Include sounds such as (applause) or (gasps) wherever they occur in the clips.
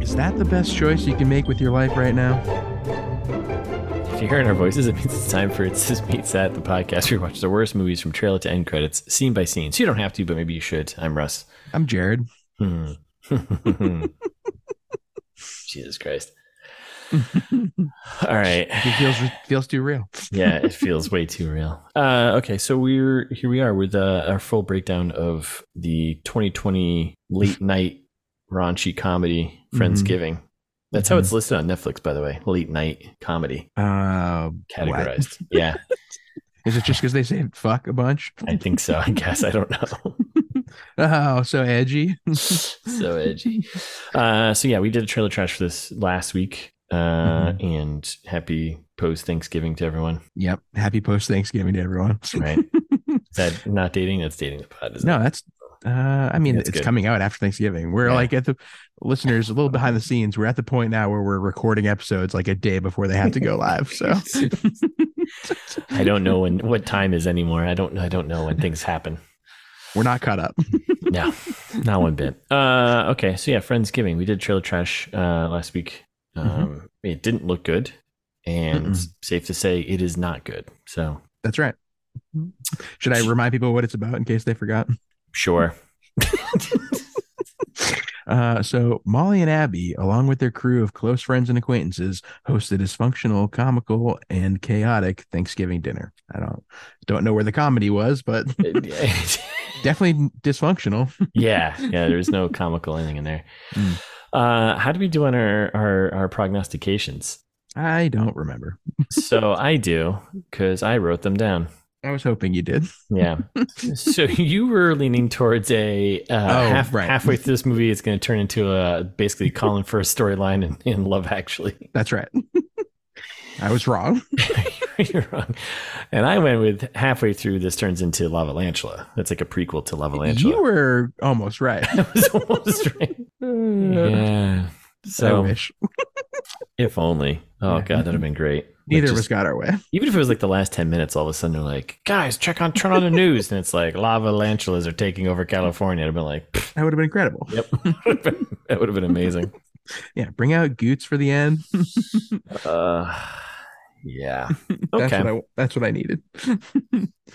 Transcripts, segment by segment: Is that the best choice you can make with your life right now? If you're hearing our voices, it means it's time for It's This Meets That, the podcast where we watch the worst movies from trailer to end credits, scene by scene. So you don't have to, but maybe you should. I'm Russ. I'm Jared. Hmm. (laughs) Jesus Christ. All right. It feels feels too real. yeah, it feels way too real. Uh, okay, so we're here. We are with uh, our full breakdown of the 2020 late night raunchy comedy Friendsgiving. That's how it's listed on Netflix, by the way. Late night comedy Uh, what? categorized. Yeah, Is it just because they say fuck a bunch? I think so. I guess I don't know. Oh, so (laughs) edgy. (laughs) so edgy. Uh, so yeah, we did a trailer trash for this last week. Uh, and happy post Thanksgiving to everyone. Yep. Happy post Thanksgiving to (laughs) everyone. (laughs) Right? Is that not dating? That's dating the pod. Isn't it? No, that's. Uh, I mean, That's it's good. coming out after Thanksgiving. We're Yeah. like at the listeners a little behind the scenes. We're at the point now where we're recording episodes like a day before they have to (laughs) go live. So I don't know when what time is anymore. I don't I don't know when things happen. we're not caught up. No, not one bit. Uh, okay, so yeah, Friendsgiving. We did trailer trash uh, last week. Um, It didn't look good, and Mm-mm. safe to say, it is not good. So That's right. Mm-hmm. Should I remind people what it's about in case they forgot? (laughs) sure, Uh, so Molly and Abby, along with their crew of close friends and acquaintances, host a dysfunctional, comical, and chaotic Thanksgiving dinner. I don't don't know where the comedy was, but (laughs) (laughs) definitely dysfunctional. (laughs) yeah, yeah. There's no comical ending in there. Mm. Uh, how do we do on our our, our prognostications? I don't remember. so (laughs) I do because I wrote them down. I was hoping you did. Yeah. so you were leaning towards a uh, half, Oh, right. halfway through this movie, it's going to turn into a basically calling for a storyline in, in Love Actually. (laughs) That's right. (laughs) I was wrong. You're wrong. And I went with halfway through this turns into Lava Lantula. That's like a prequel to Lava Lantula. (laughs) You were almost right. (laughs) I was almost right. Yeah. I So wish if only. Oh Oh, Yeah. Mm-hmm. god, that'd have been great. Like, neither of just- us got our way. Even if it was like the last ten minutes, all of a sudden they're like, "Guys, check on, turn on the news," and it's like lava lantulas are taking over California. I'd have been like, (laughs) That would have been incredible. Yep. that would have been amazing. Yeah, bring out Goots for the end. Uh, yeah. That's (laughs) Okay. what I that's what I needed. (laughs)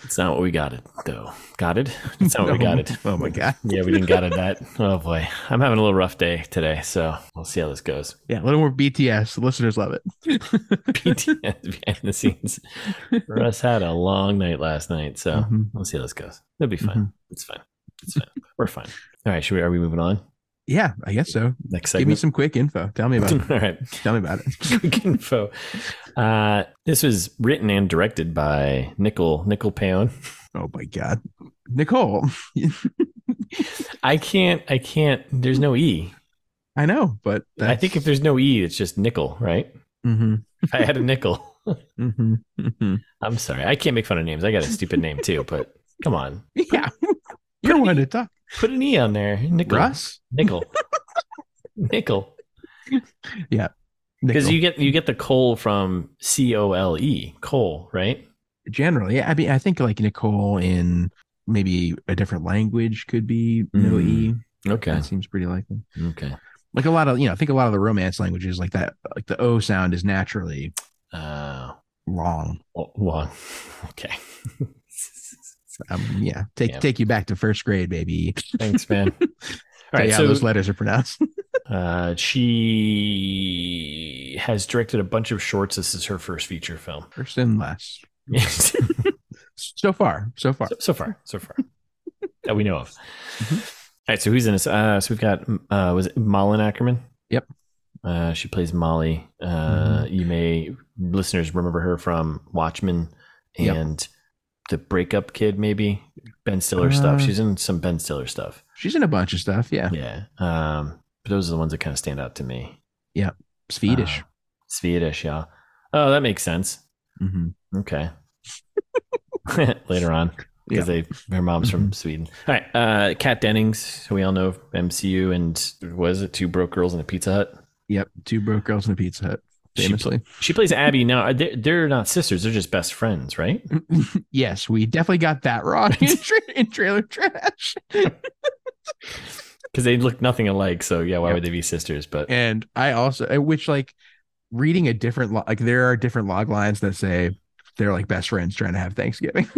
It's not what we got it, though. (laughs) Got it? It's not what we No. got it. Oh my god. Yeah, we didn't got it that. (laughs) Oh, boy. I'm having a little rough day today, so we'll see how this goes. (laughs) Yeah, a little more BTS. The listeners love it. (laughs) BTS behind the scenes. Russ had a long night last night, so Mhm. we'll see how this goes. It'll be fine. Mhm. It's fine. It's fine. We're fine. All right, should we, are we moving on? Yeah, I guess so. Next Give me segment? some quick info. Tell me about (laughs) it. All right. Tell me about it. quick info. Uh, this was written and directed by Nickel, Nickel Paon. Oh my god. Nicole. I can't. I can't. There's no e. I know, but I that's- think if there's no e, it's just nickel, right? Mhm, If I had a nickel, mhm, mhm. (laughs) I'm sorry. I can't make fun of names. I got a stupid name too, but come on, Yeah. (laughs) You're one to talk. put an e on there. Nickel, Russ? nickel, nickel. Because Nicole. you get you get the coal from C O L E, coal, right? generally yeah, i mean i think like nicole in maybe a different language could be no e Mm, Okay, that seems pretty likely okay. like a lot of you know i think a lot of the romance languages like that like the o sound is naturally Uh, long well, well, (laughs) okay. um, yeah take Yeah. take you back to first grade baby Thanks, (laughs) man. All Tell right, you how so those letters are pronounced (laughs) Uh, she has directed a bunch of shorts. This is her first feature film. first and last (laughs) Yes. so far so Mm-hmm. far Mm-hmm. so, so far, so (laughs) far that we know of. All right, so who's in this? Uh, so we've got uh, was it Malin Ackerman? Yep. Mm-hmm. Uh, she plays Molly. Uh, You may listeners remember her from Watchmen Yep. and the Breakup Kid, maybe Ben Stiller Uh, stuff. She's in some Ben Stiller stuff. she's in a bunch of stuff yeah, Yeah. Um, but those are the ones that kind of stand out to me. swedish Uh, Swedish, yeah. Oh, that makes sense. Mhm. Okay. (laughs) Later on, because they her mom's from Sweden. All right, uh, Kat Dennings, who we all know MCU, and was it two broke girls in a Pizza Hut? yep two broke girls in a pizza hut famously. She plays Abby now. They're, they're not sisters. They're just best friends, right? yes, we definitely got that wrong (laughs) in, tra- in trailer trash. Because they look nothing alike. So yeah, why would they be sisters? But and I also, eh, which like reading a different lo- like there are different log lines that say they're like best friends trying to have (laughs) Thanksgiving.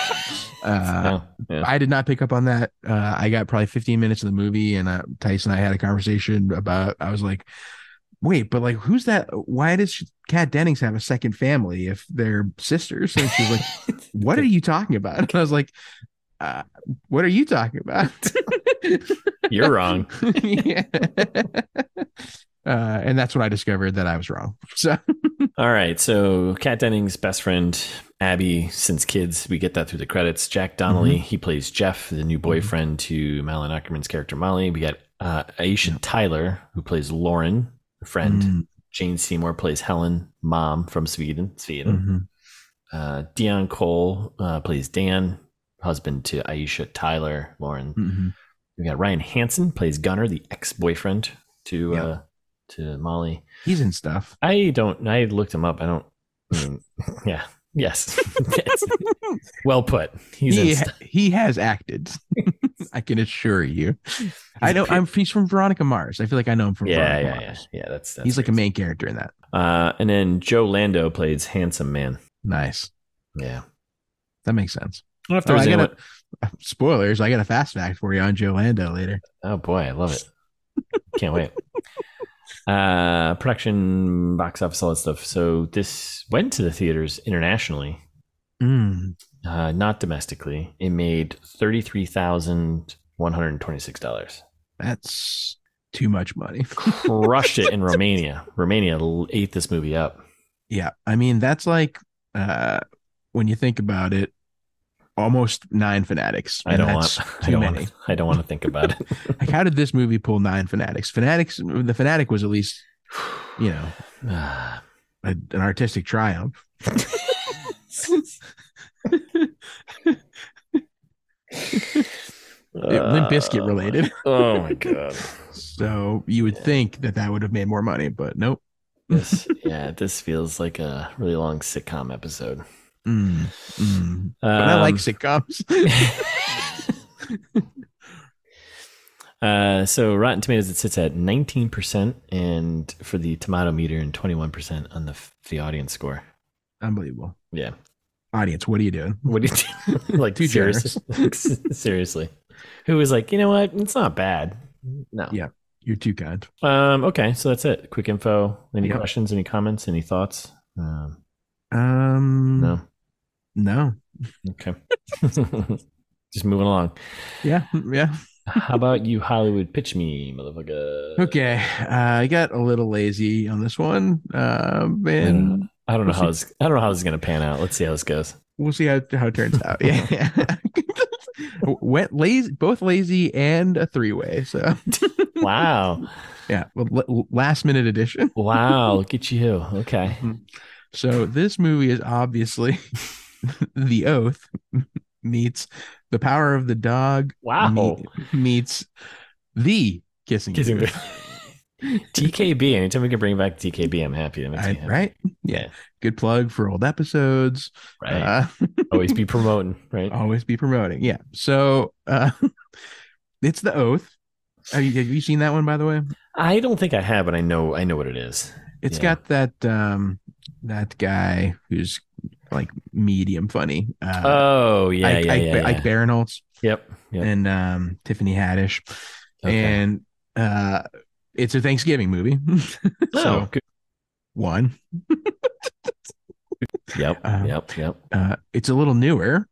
(laughs) uh, no, yeah. I did not pick up on that. Uh, I got probably 15 minutes of the movie, and uh, Tyson and I had a conversation about. I was like, "Wait, but like, who's that? Why does she- Kat Dennings have a second family if they're sisters?" And she's like, (laughs) "What are you talking about?" And I was like, uh, "What are you talking about?" (laughs) You're wrong. yeah. (laughs) Uh, and that's when I discovered that I was wrong. (laughs) So All right, so Kat Dennings' best friend Abby since kids. We get that through the credits. Jack Donnelly he plays Jeff, the new boyfriend to Malin Ackerman's character Molly. We got uh, Aisha Tyler who plays Lauren, a friend. Mhm, Jane Seymour plays Helen, mom from Sweden. Sweden. mhm. Uh, Dion Cole uh, plays Dan, husband to Aisha Tyler, Lauren. Mhm. We got Ryan Hansen plays Gunnar, the ex-boyfriend to Yeah. uh, to Molly. he's in (laughs) stuff. I don't. I looked him up. I don't. I mean, yeah. (laughs) Yes. Yes. well put. He's he in ha- st- he has (laughs) acted. I can assure you. I know I'm he's from Veronica Mars. I feel like I know him from yeah, Veronica yeah, yeah, Mars. yeah. That's, that's he's like a crazy. main character in that. Uh, and then Joe Lando plays handsome man. Nice. Yeah. That makes sense. (laughs) I don't know if Oh, there's I anyone- gotta, spoilers. I got a fast fact for you on Joe Lando later. Oh boy, I love it. Can't wait. (laughs) Uh, production, box office, all that stuff. So this went to the theaters internationally, Mm, uh, not domestically. It made thirty three thousand one hundred twenty six dollars. that's too much money. (laughs) Crushed it in Romania. Romania l- ate this movie up. Yeah, I mean that's like uh when you think about it, almost nine fanatics. I don't And want. that's I too don't many. want. I don't want to think about (laughs) it. Like, how did this movie pull nine fanatics? Fanatics, the fanatic was at least, you know, Ah, a, an artistic (laughs) triumph. Limp Bizkit related. (sighs) oh my god. So you would Yeah. think that that would have made more money, but nope. This, yeah, this feels like a really long sitcom episode. Mm, mm. But I like Um, sitcoms. (laughs) (laughs) uh, so Rotten Tomatoes, it sits at 19%, and for the tomato meter, and 21% on the the audience score. Unbelievable. Yeah. Audience, what are you doing? (laughs) What do you do? like, Too seriously? seriously. (laughs) Who was like, you know what? It's not bad. No. Yeah. You're too kind. Um, okay. So that's it. Quick info. Any Yep. questions? Any comments? Any thoughts? Um, Um, no. no. Okay. (laughs) Just moving along. Yeah, mm, yeah. How about you, Hollywood? Pitch me, motherfucker. Okay, uh, I got a little lazy on this one, um, I don't know. and I don't know We'll how this. I don't know how this is gonna pan out. Let's see how this goes. we'll see how, how it turns out. Yeah, (laughs) went lazy, both lazy and a three way. So Wow, yeah, well, l- last minute edition. wow. Look at you. Okay. So this movie is obviously (laughs) The Oath meets The Power of the Dog Wow. meet- meets the kissing, Kissing Booth. (laughs) Booth. TKB. Anytime we can bring back TKB, I'm happy. That makes me I- happy. right? Yeah. Good plug for old episodes. Right. Uh, Always be promoting. Right. always be promoting yeah so uh (laughs) it's the oath have you, have you seen that one by the way I don't think I have, but I know. I know what it is. It's Yeah. got that um that guy who's like medium funny uh Oh yeah, Ike, yeah, Ike, yeah, Ike yeah. Barinholtz Yep. Yep. and um tiffany haddish Okay. and uh it's a thanksgiving movie (laughs) oh, so good. one Yep. uh, yep. Yep. uh it's a little newer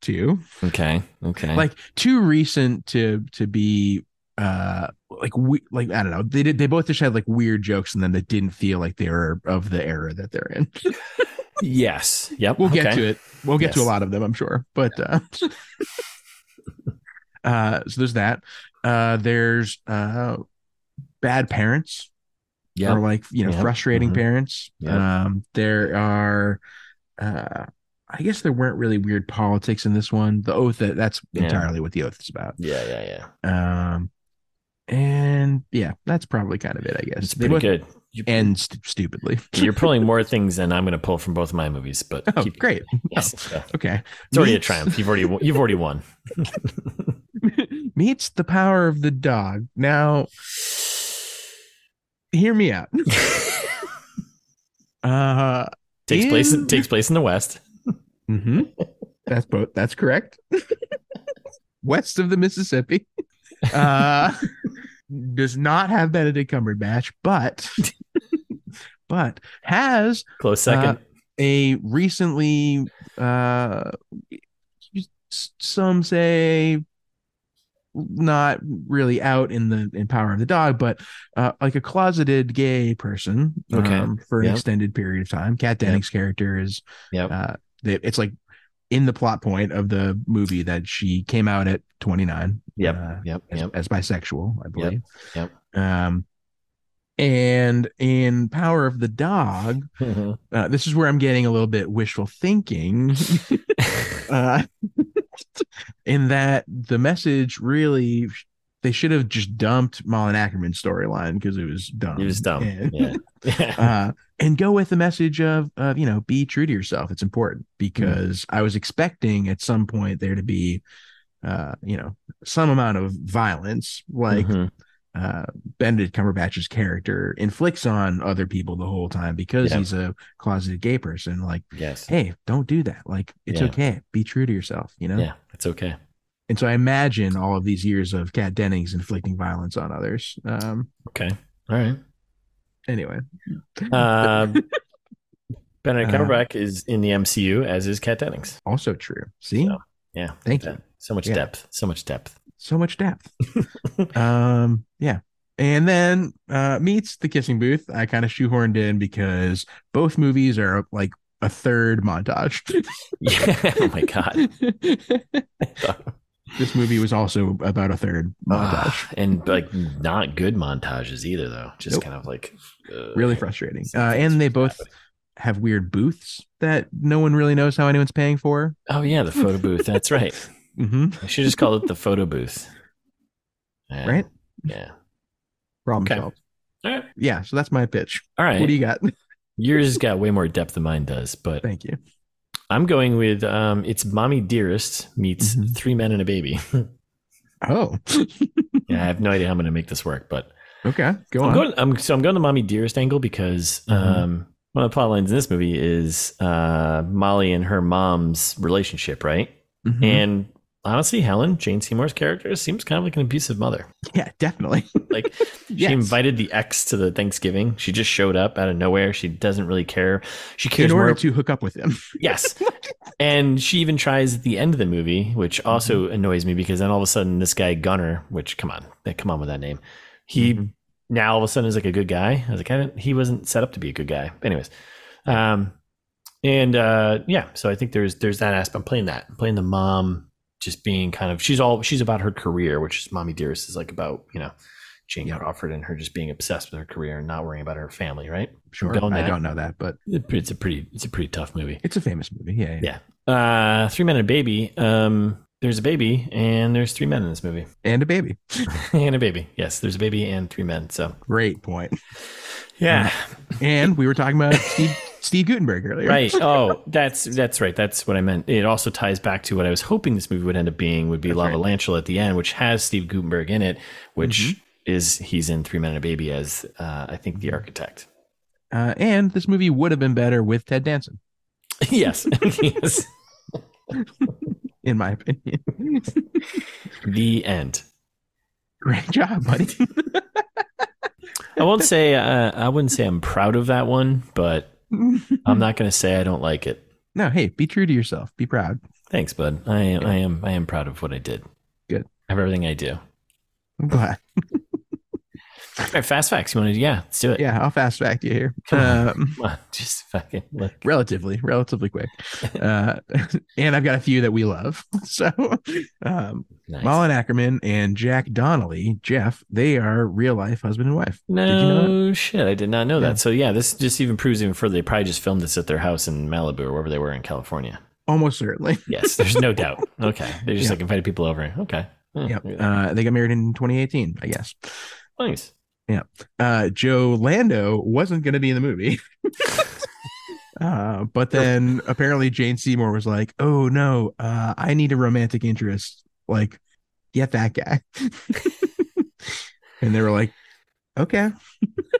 too Okay. Okay. like too recent to to be uh like we like i don't know they did they both just had like weird jokes and then that didn't feel like they were of the era that they're in (laughs) yes. Yep. we'll get okay. to it we'll get to a Yes. lot of them i'm sure but uh (laughs) uh so there's that uh there's uh bad parents Yep. or like you know Yep. frustrating Mhm. parents Yep. um there are uh i guess there weren't really weird politics in this one the oath that that's Yeah. entirely what the oath is about Yeah. Yeah. Yeah. Um, and yeah, that's probably kind of it, I guess. It's They pretty both, good. You- and st- stupidly. (laughs) You're pulling more things than I'm going to pull from both of my movies, but (laughs) Oh, keep- great. Yes, so Okay. it's already a Meets- triumph. You've already you've (laughs) already won. Meets the power of the dog. Now, hear me out. Uh, takes place In- takes place in the West. hmm That's both. That's correct. West of the Mississippi. Uh, does not have Benedict Cumberbatch, but but has Close second. a recently uh s- some say not really out in the in power of the dog but uh like a closeted gay person Okay. um, for an Yep. extended period of time kat Yep. dennings character is yep. uh, they, it's like in the plot point of the movie that she came out at 29 yep. uh, yep. as, Yep. as bisexual i believe yep. um and in power of the dog Mhm. uh, this is where i'm getting a little bit wishful (laughs) thinking uh, in that the message really they should have just dumped Malin Ackerman's storyline because it was dumb He was dumb. And- Yeah. Yeah. (laughs) uh, and go with the message of, of you know be true to yourself it's important because i was expecting at some point there to be uh you know some amount of violence like Mhm. uh benedict cumberbatch's character inflicts on other people the whole time because Yeah. he's a closeted gay person like yes. hey don't do that like it's Yeah. okay be true to yourself you know Yeah, it's okay. and so i imagine all of these years of kat dennings inflicting violence on others um Okay. All right. anyway (laughs) Uh, Benedict Uh, Cumberbatch is in the MCU, as is Kat Dennings. also true see So- Yeah. Thank that. you. So much Yeah. depth. So much (laughs) depth. so much depth. (laughs) um, yeah. And then uh meets the kissing booth. I kind of shoehorned in because both movies are like a third (laughs) montage. Yeah. oh my god. this movie was also about a third montage. Ah, (sighs) and like not good montages either, though. Just Nope. kind of like uh, really frustrating. Uh, and they both have weird booths that no one really knows how anyone's paying for. Oh yeah, the photo booth. (laughs) That's right. hmm I should just call it the photo booth. Yeah. Right? Yeah. Problem Okay. solved. All right. Yeah, so that's my pitch. All right. What do you got? (laughs) Yours got way more depth than mine does, but Thank you. I'm going with um, it's Mommy Dearest meets Mhm. Three Men and a Baby. Oh, yeah, I have no idea how I'm going to make this work, but okay. Go I'm on. Mm-hmm. going. I'm, so I'm going to Mommy Dearest angle because um, one of the plot lines in this movie is uh, Molly and her mom's relationship, right? Mhm. And honestly, Helen Jane Seymour's character seems kind of like an abusive mother. (laughs) yeah, definitely. Like (laughs) Yes. (laughs) She invited the ex to the Thanksgiving. She just showed up out of nowhere. She doesn't really care. She cares in order more. to hook up with him. yes. And she even tries at the end of the movie, which also annoys me because then all of a sudden this guy Gunner, which come on, eh, come on with that name, he Mhm. now all of a sudden is like a good guy. I was like, I didn't, he wasn't set up to be a good guy. Anyways, um, and uh, yeah, so I think there's there's that aspect. I'm playing that. I'm playing the mom just being kind of she's all she's about her career, which is Mommy Dearest is like about you know Jane Yeah. Crawford and her just being obsessed with her career and not worrying about her family. Right? (laughs) Sure, Bill I Nye. don't know that, but It's a pretty it's a pretty tough movie. it's a famous movie. Yeah, yeah. Yeah. Uh, three men and a baby. Um, there's a baby and there's three men in this movie (laughs) and a baby. and a baby. Yes, there's a baby and three men. So Great point. yeah, And we were talking about (laughs) Steve, Steve Gutenberg earlier. right. Oh, that's that's right. That's what I meant. It also ties back to what I was hoping this movie would end up being would be That's Lava right. Lantula at the end, which has Steve Gutenberg in it, which Mm-hmm. is he's in Three Men and a Baby as uh, I think (laughs) the architect. Uh, and this movie would have been better with Ted Danson, yes, (laughs) yes. in my opinion. (laughs) The end. Great job, buddy. (laughs) I won't say uh, I wouldn't say I'm proud of that one, but I'm not going to say I don't like it. no, hey, be true to yourself. Be proud. Thanks, bud. I am, I am, I am proud of what I did. Good. Of everything I do. I'm glad. All right, fast facts. You want to? Yeah, let's do it. Yeah, I'll fast fact you here. Come on. Um, Come on, just fucking (laughs) look. relatively, relatively quick. Uh, (laughs) and I've got a few that we love. (laughs) So, um, Nice. Malin Ackerman and Jack Donnelly, Jeff, they are real life husband and wife. no Did you know shit, I did not know Yeah. that. So yeah, this just even proves even further. They probably just filmed this at their house in Malibu or wherever they were in California. Almost (laughs) certainly. Yes, there's (laughs) no doubt. Okay, they just Yeah. like invited people over. Okay. Hmm, Yep. look at that. Uh, they got married in 2018, I guess. nice. Uh, Joe Lando wasn't going to be in the movie. (laughs) Uh, but then apparently Jane Seymour was like, "Oh no, uh, I need a romantic interest. Like, get that guy." (laughs) and they were like, "Okay,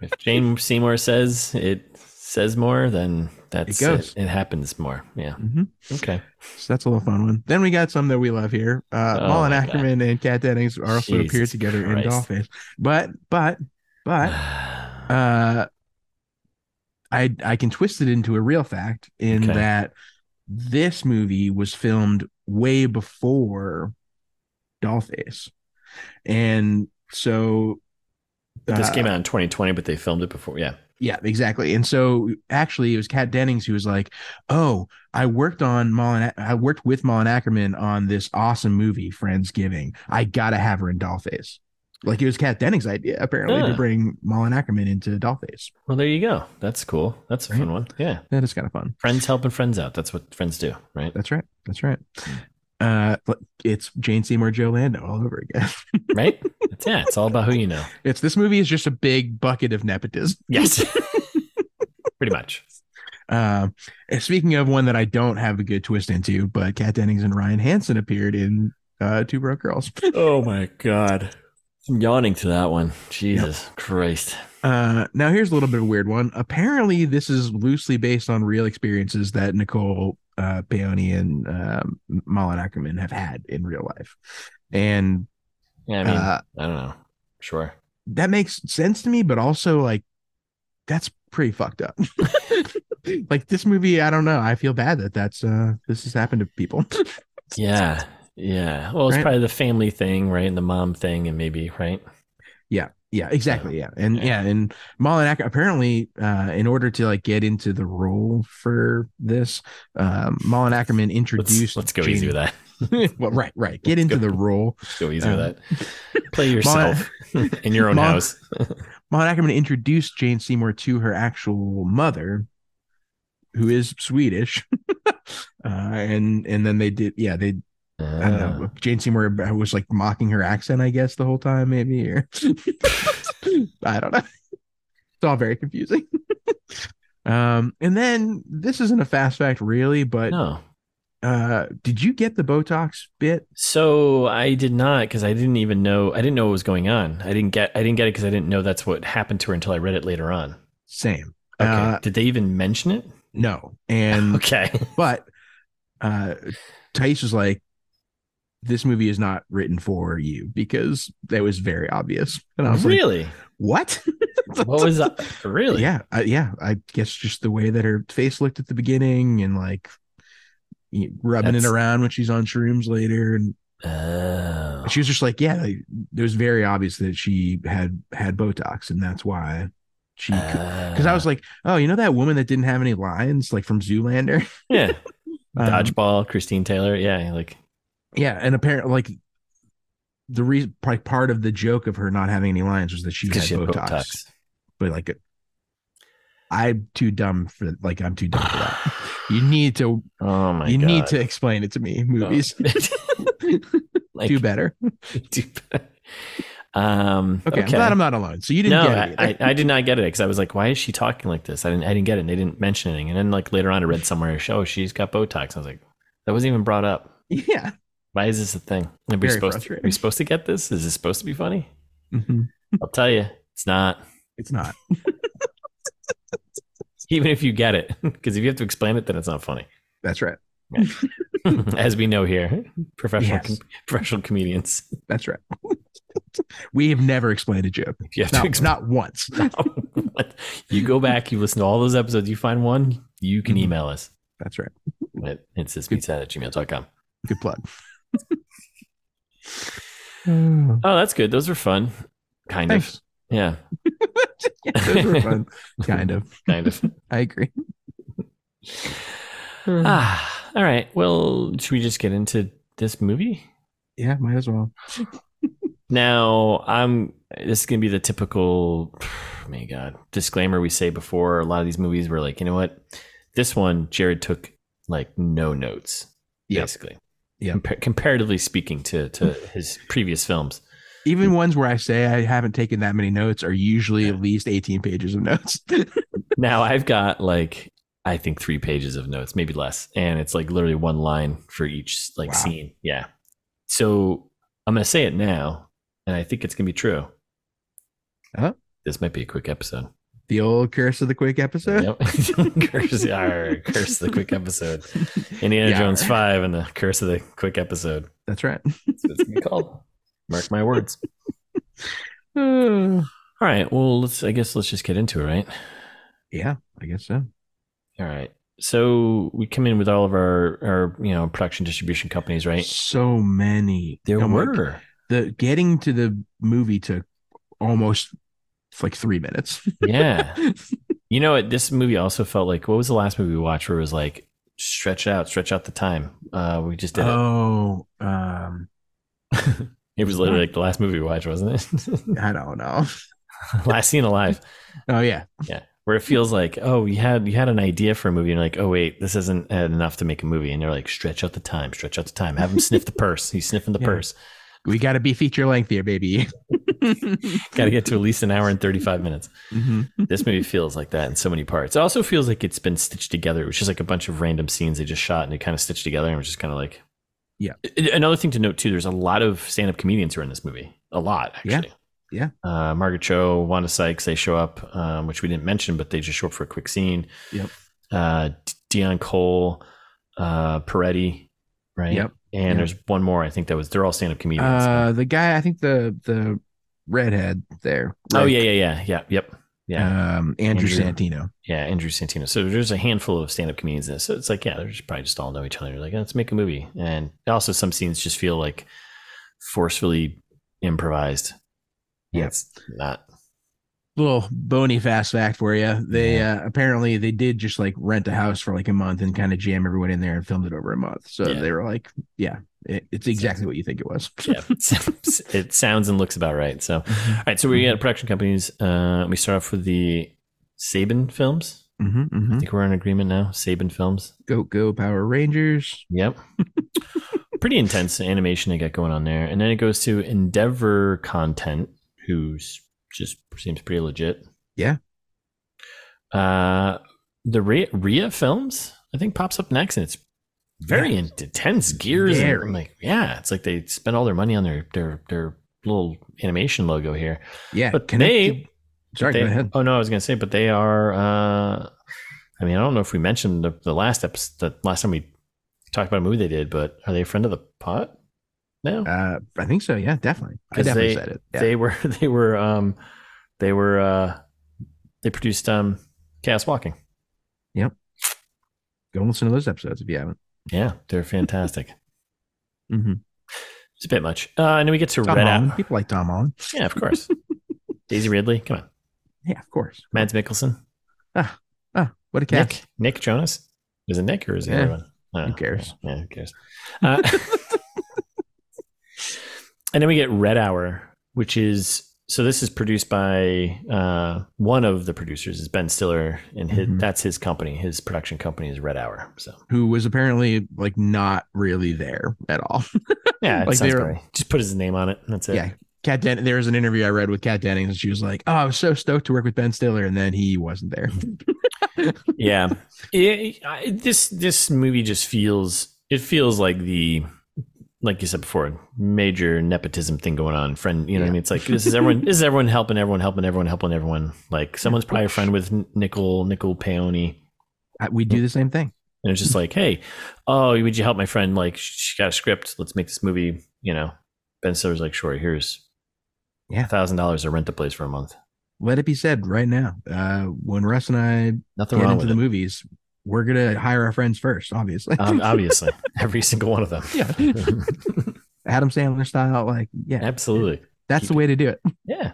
if Jane Seymour says it says more, then that's It it, goes. it. happens more. Yeah. Mhm. Okay. So that's a little fun one. Then we got some that we love here. Uh, Oh, Mullen my Ackerman and Kat Dennings are also Jesus appeared together in Christ. Dollface. But but but uh, I I can twist it into a real fact in Okay. that this movie was filmed way before Dollface, and so (sighs) this uh, came out in 2020, but they filmed it before. Yeah. yeah, exactly. And so actually it was Kat Dennings who was like, Oh, I worked on Mullen, I worked with Mullen Ackerman on this awesome movie, Friendsgiving. I gotta have her in Dollface. Like it was Kat Dennings' idea, apparently, to Huh. bring Mullen Ackerman into Dollface. Well, there you go. That's cool. That's a Right. fun one. Yeah. That is kind of fun. Friends helping friends out. That's what friends do, right? That's right. That's right. Hmm. Uh but it's Jane Seymour Joe Lando all over again. (laughs) Right? It's, yeah. It's all about who you know. It's this movie is just a big bucket of nepotism. Yes. (laughs) Pretty much. Um, and speaking of one that I don't have a good twist into, but Kat Dennings and Ryan Hansen appeared in uh, Two Broke (laughs) Girls. Oh my God. I'm yawning to that one. Jesus Christ. Uh, now here's a little bit of a weird one. Apparently, this is loosely based on real experiences that Nicole uh, Paoni and um, Malin Ackerman have had in real life, and Yeah. I mean, uh, I don't know. Sure. that makes sense to me. But also, like, that's pretty fucked (laughs) up. like this movie, I don't know. I feel bad that that's uh, this has happened to people. Yeah. Yeah. Well, it's Right. probably the family thing, right? And the mom thing, and maybe, right? (laughs) Yeah, exactly. Yeah, and yeah, yeah. and Malin Acker- apparently, uh, in order to like get into the role for this, um, Malin Ackerman Let's, introduced. let's go easy Jane- with that. (laughs) well, right, right. Get into the role. Let's go easy Uh, with that. Play yourself in your own Ma- house. Malin Ackerman introduced Jane Seymour to her actual mother, who is Swedish, (laughs) uh, and and then they did. Yeah, they. I don't Uh, know. Uh, Jane Seymour was like mocking her accent, I guess, the whole time, maybe. Or (laughs) I don't know. It's all very confusing. (laughs) um, and then this isn't a fast fact, really, Uh, but no. uh, did you get the Botox bit? So I did not because I didn't even know I didn't know what was going on. I didn't get I didn't get it because I didn't know that's what happened to her until I read it later on. Same. Okay. Uh, Mm. did they even mention it? no, and (laughs) Okay. But uh Tice was like, this movie is not written for you because that was very obvious. (laughs) And I was like, really? what? (laughs) what was that? Really? Yeah, I, yeah. I guess just the way that her face looked at the beginning and like you know, rubbing it That's- around when she's on shrooms later, and Oh. she was just like, yeah, like, it was very obvious that she had had Botox, and that's why she. Uh, because I was like, oh, you know that woman that didn't have any lines, like from Zoolander. (laughs) yeah. Um, Dodgeball, Christine Taylor. Yeah, like Yeah, and apparently, like the reason, like part of the joke of her not having any lines was that she had, because she had Botox, Botox. (laughs) But like, I'm too dumb for like I'm too dumb for that. You need to Oh my you god. need to explain it to me. Movies Oh. (laughs) (laughs) like, do better. (laughs) do better. Um, Okay, okay. I'm glad I'm not alone. So you didn't no, get it. I, either. I, I did not get it because I was like, why is she talking like this? I didn't, I didn't get it. And they didn't mention anything. And then like later on, I read somewhere, oh, she's got Botox. I was like, that wasn't even brought up. (laughs) yeah. Why is this a thing? Are we Very supposed to, are frustrating. we supposed to get this? Is this supposed to be funny? Mm-hmm. Mhm. I'll tell you, it's not. It's not. Even if you get it, (laughs) because if you have to explain it, then it's not funny. (laughs) That's right. As we know here, professional Yes. com- professional comedians, That's right. (laughs) we have never explained a (laughs) joke. if you have Not, to explain, not once. you go back, you listen to all those episodes, you find one, you can Mhm. email us That's right. at insistpizza at gmail.com. Good plug. (laughs) Oh, Oh, that's good. Those were fun. (laughs) Kind Thanks. of. Yeah. (laughs) Yeah, those were (laughs) fun. kind of. kind of. I agree. (laughs) Uh, Ah, all right. Well, should we just get into this movie? Yeah, might as well. Now, I'm this is going to be the typical (sighs) my god, disclaimer we say before a lot of these movies we're like, you know what? This one Jared took like no notes Yep. basically. Yep. Compar- comparatively speaking to to his previous films. Even ones where I say I haven't taken that many notes are usually at least 18 pages of notes. (laughs) now I've got like I think three pages of notes, maybe less, and it's like literally one line for each like Wow. scene. Yeah. So I'm gonna say it now, and I think it's gonna be true. Huh? This might be a (laughs) quick episode. the old curse of the quick episode. Yep. (laughs) curse, arr, curse the quick episode. Indiana Yeah. Jones five and the curse of the quick episode. That's (sighs) right. That's what it's gonna (laughs) be called. Mark my words. Uh, All right. Well, let's. I guess let's just get into it, right? yeah, I guess so. All right. So we come in with all of our our you know production distribution companies, right? So many. There Oh my were. the getting to the movie took almost like three (laughs) minutes. (laughs) yeah. You know what? This movie also felt like what was the last movie we watched where it was like stretch out, stretch out the time. Uh, we just did oh, um, it. It was literally like the last movie we watched, wasn't it? I don't know. (laughs) last scene alive, Oh yeah, where it feels like oh you had you had an idea for a movie and you're like oh wait this isn't enough to make a movie and they're like stretch out the time, stretch out the time, have him sniff the purse. He's sniffing the Yeah. purse. we got to be feature length here, (laughs) baby. (laughs) Got to get to at least an hour and thirty five minutes. Mhm. this movie feels like that in so many parts. It also feels like it's been stitched together, which is like a bunch of random scenes they just shot and they kind of stitched together and it was just kind of like, Yeah. A- Another thing to note too, there's a lot of stand-up comedians who are in this movie. A lot, Yeah. actually. Yeah. Uh, Margaret Cho, Wanda Sykes, they show up, um, which we didn't mention, but they just show up for a quick scene. Yep. Uh, D- Dion Cole, uh, Peretti, right? Yep. And Yep. there's one more. I think that was. They're all stand-up comedians. Uh, the guy, I think the the redhead there. oh Rick, yeah, yeah, yeah, yeah. Yep. Yeah. um, Andrew, Andrew. Santino. Yeah, Andrew Santino. So there's a handful of stand-up comedians in this. So it's like, yeah, they're just probably just all know each other. They're like, let's make a movie. And also some scenes just feel like forcefully improvised. Yeah. It's not. Little bony fast fact for you. They uh, apparently they did just like rent a house for like a month and kind of jam everyone in there and filmed it over a month. So Yeah. they were like, yeah, it, it's exactly what you think it was. (laughs) Yeah. (laughs) Mm-hmm. it sounds and looks about right. So all right, so we got production companies. Uh we start off with the Saban films. hmm hmm I think we're in agreement now. Saban films. Go Go Power Rangers. (laughs) Yep. Pretty intense animation they got going on there. And then it goes to Endeavor Content, who's just seems pretty legit. Yeah. Uh the Rhea, Rhea films, I think, pops up next and it's very Yeah. in- intense gears. and Very. I'm like, yeah, it's like they spent all their money on their their their little animation logo here. Yeah, But connected- they Sorry, they- go ahead. Oh no, I was gonna say, but they are. Uh, I mean, I don't know if we mentioned the, the last episode, the last time we talked about a movie they did, but are they a friend of the pot? No, Uh, I think so. Yeah, definitely. I 'Cause definitely they- said it. Yeah. they were. (laughs) They were. Um, they were. Uh, they produced um, Chaos Walking. go and listen to those episodes if you haven't. Yeah, they're fantastic. (laughs) Mm-hmm. it's a bit much. Uh, and then we get to Tom Red Holland. Apple. People like Tom Holland. Yeah, of (laughs) course. Daisy Ridley, come on. Yeah, of course. Mads Mikkelsen, Oh, what a cat. Nick, Nick Jonas. Is it Nick or is it Yeah. the other one? Oh, Who cares? Yeah, who cares? Uh, (laughs) and then we get Red Hour, which is so this is produced by uh, one of the producers is Ben Stiller, and his, Mhm. that's his company. His production company is Red Hour. So Who was apparently like not really there at all. (laughs) yeah, it Like sounds they were- probably- just put his name on it. And that's it. yeah. Kat Den- there was an interview I read with Kat Dennings, and she was like, "Oh, I was so stoked to work with Ben Stiller," and then he wasn't there. Mm-hmm. yeah It- I- this this movie just feels it feels like the like you said before major nepotism thing going on friend you know what i Yeah. mean it's like this is everyone this is everyone helping everyone helping everyone helping everyone like someone's probably a friend with N- nickel nickel peony I- We do the same thing. and it's just like hey oh would you help my friend like she got a script let's make this movie you know ben Stiller's like sure here's Yeah. thousand dollars to rent the place for a month Let it be said right now. Uh, when Russ and I nothing get wrong into with the it movies, we're gonna hire our friends first, obviously. Ob- Um, obviously (laughs) every single one of them (laughs) yeah, (laughs) Adam Sandler style. Like, yeah, (laughs) absolutely that's the way to do (laughs) it. Yeah.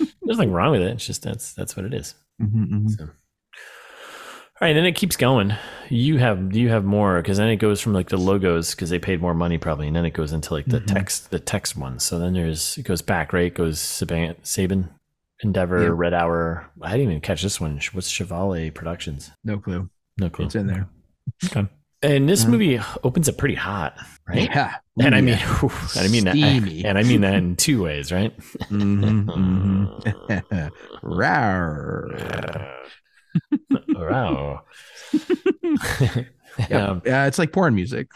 There's nothing wrong with it. It's just that's that's what it is. Mhm, mhm. So. All right, then it keeps going. You have you have more because then it goes from like the logos because they paid more money probably, and then it goes into like the Mhm. text the text ones. So then there's it goes back right. It goes Saban, Saban Endeavor, Yeah. Red Hour. I didn't even catch this one. What's Chevalier Productions? No clue. No clue. It's in there. Okay. And this Mhm. movie opens up pretty hot, right? Yeah. And I Ooh, mean, yeah. (laughs) and I mean that, Steamy. (laughs) and I mean that in two ways, (laughs) right? Mm-hmm. Mhm, mhm. (laughs) (laughs) Rawr. wow. (laughs) Yep. Um, Uh, it's like porn music.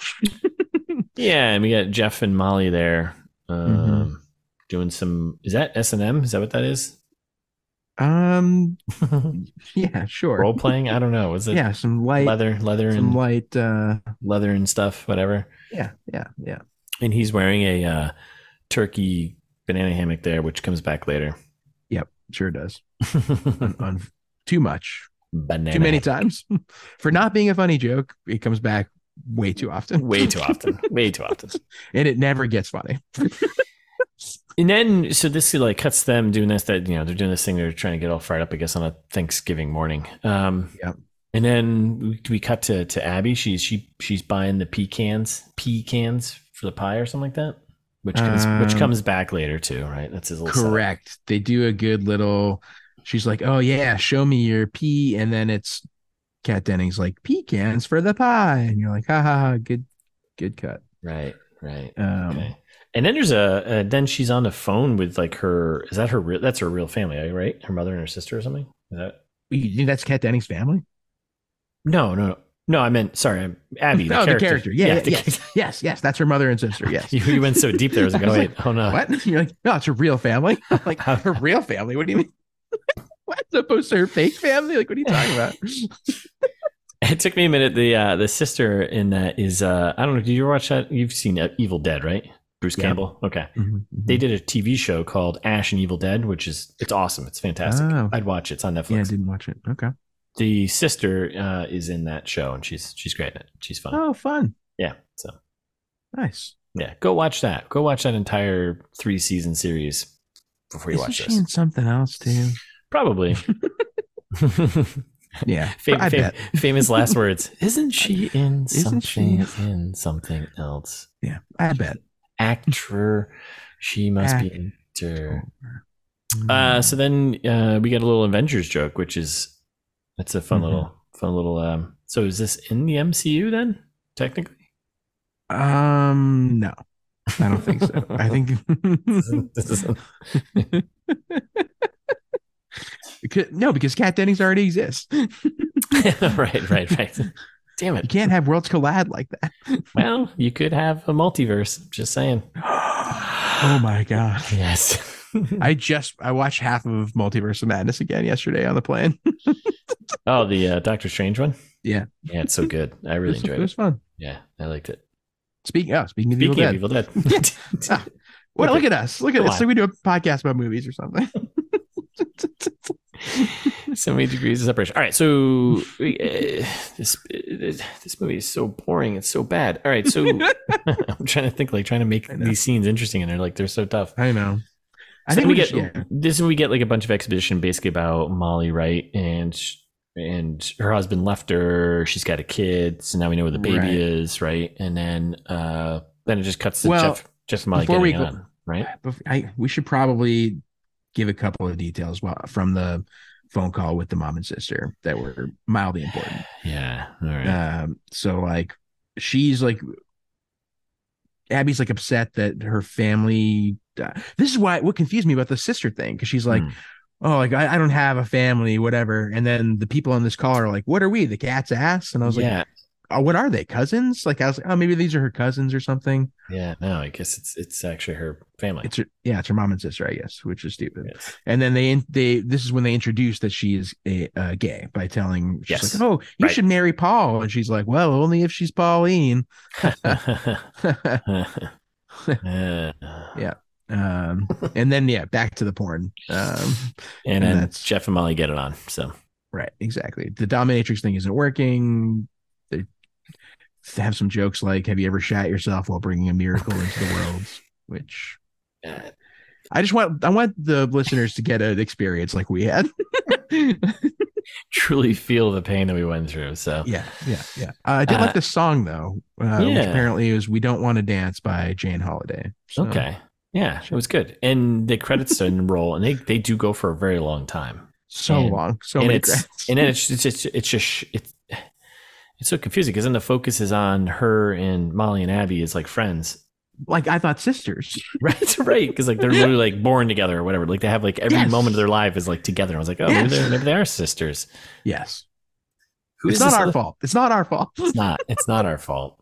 (laughs) yeah, and we got Jeff and Molly there, um, Mm-hmm. doing some. Is that S and M? Is that what that (laughs) is? Um, yeah, sure. Role playing? I don't know. Is it yeah, some light, leather, leather some and light. Uh, leather and stuff, whatever? yeah, yeah, yeah. And he's wearing a uh, turkey banana hammock there, which comes (laughs) back later. Sure does. banana. Un- un- too much, too many times. (laughs) For not being a funny joke, it comes back way too often, (laughs) Way too often. Way too often. and it never gets funny. And then, so this like cuts them doing this. That you know they're doing this thing. They're trying to get all fired up, I guess, on a Thanksgiving morning. Um, Yep. And then we, we cut to to Abby. She's she she's buying the pecans pecans for the pie or something like that, which comes which Um, comes back later too, right? That's his little setup. Correct. They do a good little. She's like, "Oh yeah, show me your pea," and then it's Kat Dennings like pecans for the pie, and you're like, "Ha ha ha, good, good cut." Right. Right. Um, okay. And then there's a uh, then she's on the phone with like her is that her real that's her real family eh, right her mother and her sister or something is that you think that's Kat Dennings' family? no no no no I meant sorry I'm- Abby the oh, character the character. Yeah, yeah, the- yes, yes, yes. That's her mother and (laughs) sister. Yes. you, you went so deep there I was (laughs) like I oh was wait oh no what? (laughs) You're like, no, it's her real family. (laughs) I'm like How- her real family. What do you mean? (laughs) what? As opposed to her fake family? Like, what are you talking about? (laughs) It took me a minute. The uh, the sister in that is uh, I don't know. Did you watch that? You've seen uh, Evil Dead, right? Bruce Yeah. Campbell. Okay, they did a TV show called Ash and Evil Dead, which is it's awesome. It's fantastic. Oh. I'd watch it. It's on Netflix. yeah, I didn't watch it. Okay. Uh, The sister uh, is in that show, and she's she's great. in it. She's fun. Oh, fun. Yeah. So Nice. yeah, go watch that. Go watch that entire three season series before you Isn't watch she this. in something else too? (laughs) (laughs) Probably. Fam- Yeah. I fam- (laughs) bet. famous last words. Isn't she in Isn't she- something in something else? Yeah. I bet. actor. She must be Actor. an actor. Uh, mm, so then uh, we get a little Avengers joke, which is it's a fun Mhm. little fun little. Um, so is this in the MCU then? Technically, um, no, I don't think (laughs) so. I think This isn't- (laughs) Because- no, because Kat Dennings already exists. (laughs) right, right, right. Damn You it! can't have worlds collide like that. (gasps) Well, you could have a multiverse. Just saying. oh my god. Yes. I just I watched half of Multiverse of Madness again yesterday on the plane. (laughs) oh, the uh, Doctor Strange one. Yeah. Yeah, it's so good. (laughs) I It (laughs) really was- enjoyed it. was it. fun. Yeah, I liked it. Speaking oh, speaking of Speaking Evil Dead. of Evil Dead. (laughs) (laughs) Ah, well, look look at us. Look at Come us. on. Like we do a podcast about movies or something. so many degrees of separation. All right, so we, uh, this uh, this movie is so boring. It's so bad. All right, (laughs) so I'm trying to think, like trying to make I know. these scenes interesting, and they're like they're so tough. I know. I So think we we get just, yeah. this. is- We get like a bunch of exhibition basically about Molly Wright and and her husband left her. She's got a kid, so now we know where the baby Right. is, right? And then uh then it just cuts to Well, Jeff Jeff and Molly before getting we go- on, right? Bef- I, we should probably give a couple of details well, from the phone call with the mom and sister that were mildly important. (sighs) Yeah. All right. Um, so like she's like Abby's like upset that her family. uh, This is why what confused me about the sister thing because she's like, Hmm. oh, like I, I don't have a family, whatever. And then the people on this call are like, what are we? The cat's ass? And I was like, yeah. oh, what are they? Cousins? Like I was like, oh, maybe these are her cousins or something. Yeah, no, I guess it's it's actually her family. It's her, yeah, it's her mom and sister, I guess, which is stupid. Yes. And then they they this is when they introduce that she is a, uh, gay by telling she's Yes. like, oh, you Right. should marry Paul, and she's like, well, only if she's Pauline. (laughs) (laughs) Uh, yeah. (laughs) um, and then yeah, back to the porn. Um, And then That's- Jeff and Molly get it on. So right, exactly. The dominatrix thing isn't working. They they have some jokes like, "Have you ever shot yourself while bringing a miracle into the (laughs) world?" Which uh, I just want I want the listeners to get an experience like we (laughs) had. truly feel the pain that we went through. So yeah, yeah, yeah. Uh, I did Uh, like this song though, uh, which yeah. apparently is "We Don't Want to Dance" by Jane Holiday. So, okay. Yeah, it was good. And the credits (laughs) didn't roll and they, they do go for a very long time. so And- long, so and many it's credits. and then it's it's just it's just sh- it's It's so confusing because then the focus is on her and Molly and Abby as like friends. (laughs) Like I thought (laughs) sisters. Right, right. Because like they're literally like born together or whatever. Like they have like every Yes. moment of their life is like together. I was like, oh, maybe, Yes. they're, maybe they are sisters. Yes. Who it's is not this our other- fault. It's not our fault. It's not. It's not our fault.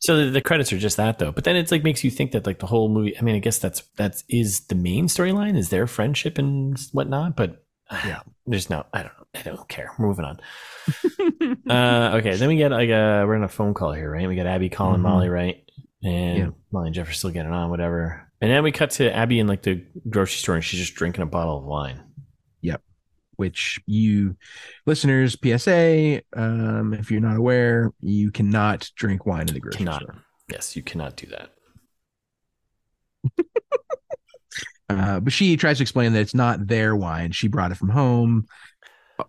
So the, the credits are just that though. But then it's like makes you think that like the whole movie. I mean, I guess that's that's is the main storyline is their friendship and whatnot. But yeah, Yeah. there's no. I don't. I don't care. We're moving on. (laughs) uh, okay, then we get like a we're on a phone call here, right? We got Abby calling Mhm. Molly, right? And Yeah. Molly and Jeff are still getting on, whatever. And then we cut to Abby in like the grocery store, and she's just drinking a bottle of wine. which you listeners psa um if you're not aware you cannot drink wine in the grocery Cannot. store Yes, you cannot do that. uh, but she tries to explain that it's not their wine she brought it from home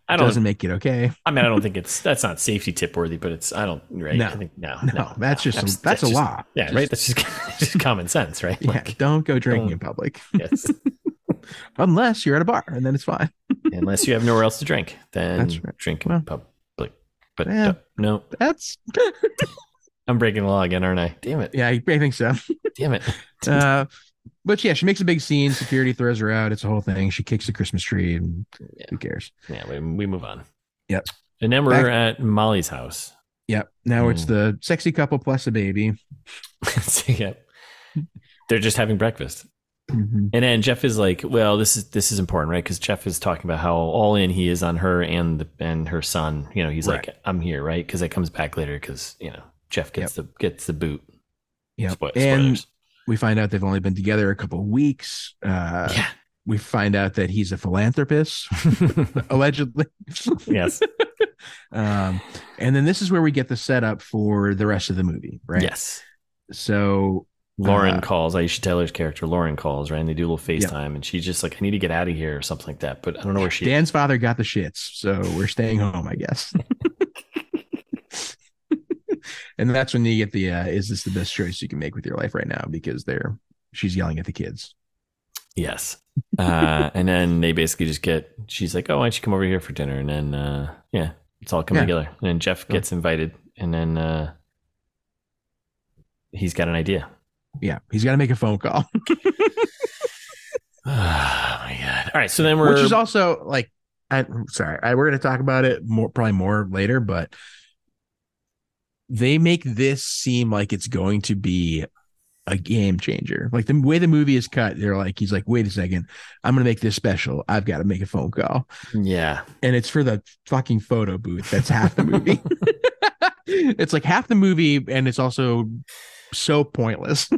I don't doesn't make it okay (laughs) I mean, I don't think it's that's not safety tip worthy, but it's I don't right. No. I think, no, no, that's just that's, a just- law Yeah, Just- right. That's just, just common sense, right? yeah (laughs) Like, don't go drinking don't- in public yes. unless you're at a bar and then it's fine Unless you have nowhere else to drink, then That's right. drink Well, in public. But yeah. no- no, that's I'm breaking the law again, aren't I? Damn it! yeah i I think (laughs) so Damn it! uh but yeah she makes a big scene security throws her out it's a whole thing she kicks the christmas tree and Yeah. who cares Yeah, we, we move on. Yep. And then we're Back- at Molly's house. (laughs) yep now it's Mm. the sexy couple plus a baby so, yeah. They're just having breakfast. Mhm. And then Jeff is like, "Well, this is this is important, right? Because Jeff is talking about how all in he is on her and the, and her son. You know, he's like, I'm here, right? Because that comes back later. Because you know, Jeff gets the gets the boot. Yep. Spoil- And- spoilers. we find out they've only been together a couple of weeks. Uh, yeah. We find out that he's a (laughs) philanthropist, uh, (laughs) allegedly. yes. um, and then this is where we get the setup for the rest of the movie, right? Yes. So Lauren Uh, calls Aisha Taylor's character. Lauren calls, right? And they do a little Yeah. FaceTime, and she's just like, "I need to get out of here" or something like that. But I don't know where she. Dan's father got the shits, so we're staying home, I (laughs) guess. and that's when you get the uh, "Is this the best choice you can make with your life right now?" Because they're she's yelling at the kids. Yes. Uh, and then they basically just get, she's like, oh, why don't you come over here for dinner? And then, uh, yeah, it's all come Yeah. together. And then Jeff Cool. gets invited. And then uh, he's got an idea. Yeah, he's got to make a phone call. (sighs) oh, my God. All right. So then we're. which is also like I sorry, I we're gonna talk about it more probably more later, but they make this seem like it's going to be a game changer. Like the way the movie is cut, they're like, he's like, wait a second, I'm gonna make this special. I've got to make a phone call. yeah. And it's for the fucking photo booth. That's half the movie. it's like half the movie, and it's also so pointless.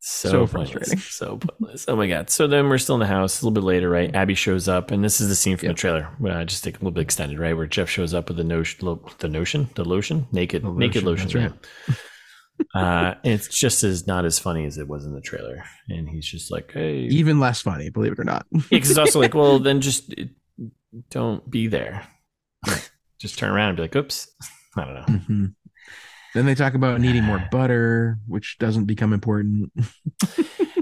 So, So pointless. frustrating. (laughs) So pointless. Oh, my God. So then we're still in the house a little bit later, right? Abby shows up. And this is the scene from Yep. the trailer. Uh, just take a little bit extended, right? Where Jeff shows up with the notion, lo- the notion, the lotion, naked, The naked lotion, lotion. that's yeah. uh, and it's just as not as funny as it was in the trailer. And he's just like, (laughs) hey, Even less funny, believe it or not. because it's also like, well, then just eh, don't be there. just turn around and be like, oops. I don't know. Mhm. Then they talk about needing (sighs) more butter, which doesn't become important.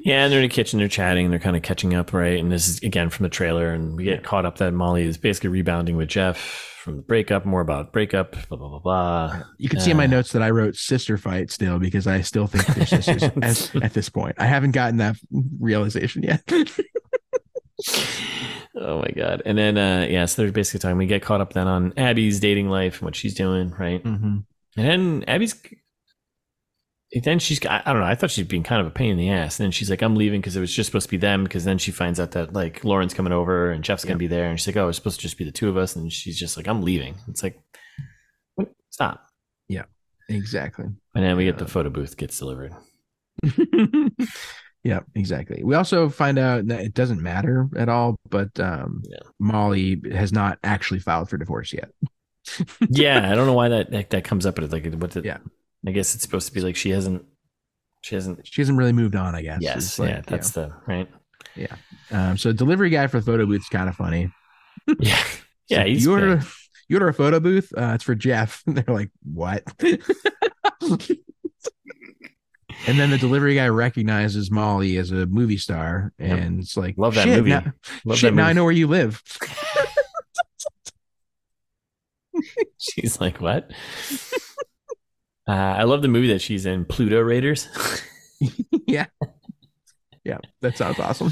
Yeah, and they're in the kitchen, they're chatting, they're kind of catching up, right? And this is again from the trailer, and we get caught up that Molly is basically rebounding with Jeff from the breakup, more about breakup, blah blah blah blah. You can see in my Uh. notes that I wrote sister fight still because I still think they're sisters (laughs) as, at this point. I haven't gotten that realization yet. Oh my god. And then uh yeah, so they're basically talking. We get caught up then on Abby's dating life and what she's doing, right? And then Abby's then she's I I don't know, I thought she'd been kind of a pain in the ass. And then she's like, I'm leaving because it was just supposed to be them, because then she finds out that like Lauren's coming over and Jeff's gonna be there, and she's like, Oh, it's supposed to just be the two of us, and she's just like, I'm leaving. It's like what? stop. (laughs) Exactly. (laughs) And then we get the Yeah. photo booth gets delivered. yeah, exactly. We also find out that it doesn't matter at all, but um, Yeah. Molly has not actually filed for divorce yet. yeah, I don't know why that that, that comes up, but it's like, what? The, Yeah. I guess it's supposed to be like she hasn't, she hasn't. She hasn't really moved on, I guess. Yes, It's like, yeah, that's the (laughs) right. um, so delivery guy for the photo booth is kind of funny. Yeah, yeah. It's like, he's you order been- you order a photo booth. Uh, it's for Jeff. (laughs) And they're like, what? (laughs) and then the delivery guy recognizes Molly as a movie star, Yep. and it's like, Love that "Shit, movie. Now, Love shit, that now I movie. know where you live. (laughs) she's like, what? Uh, I love the movie that she's in, Pluto Raiders. (laughs) yeah. (laughs) Yeah, that sounds awesome.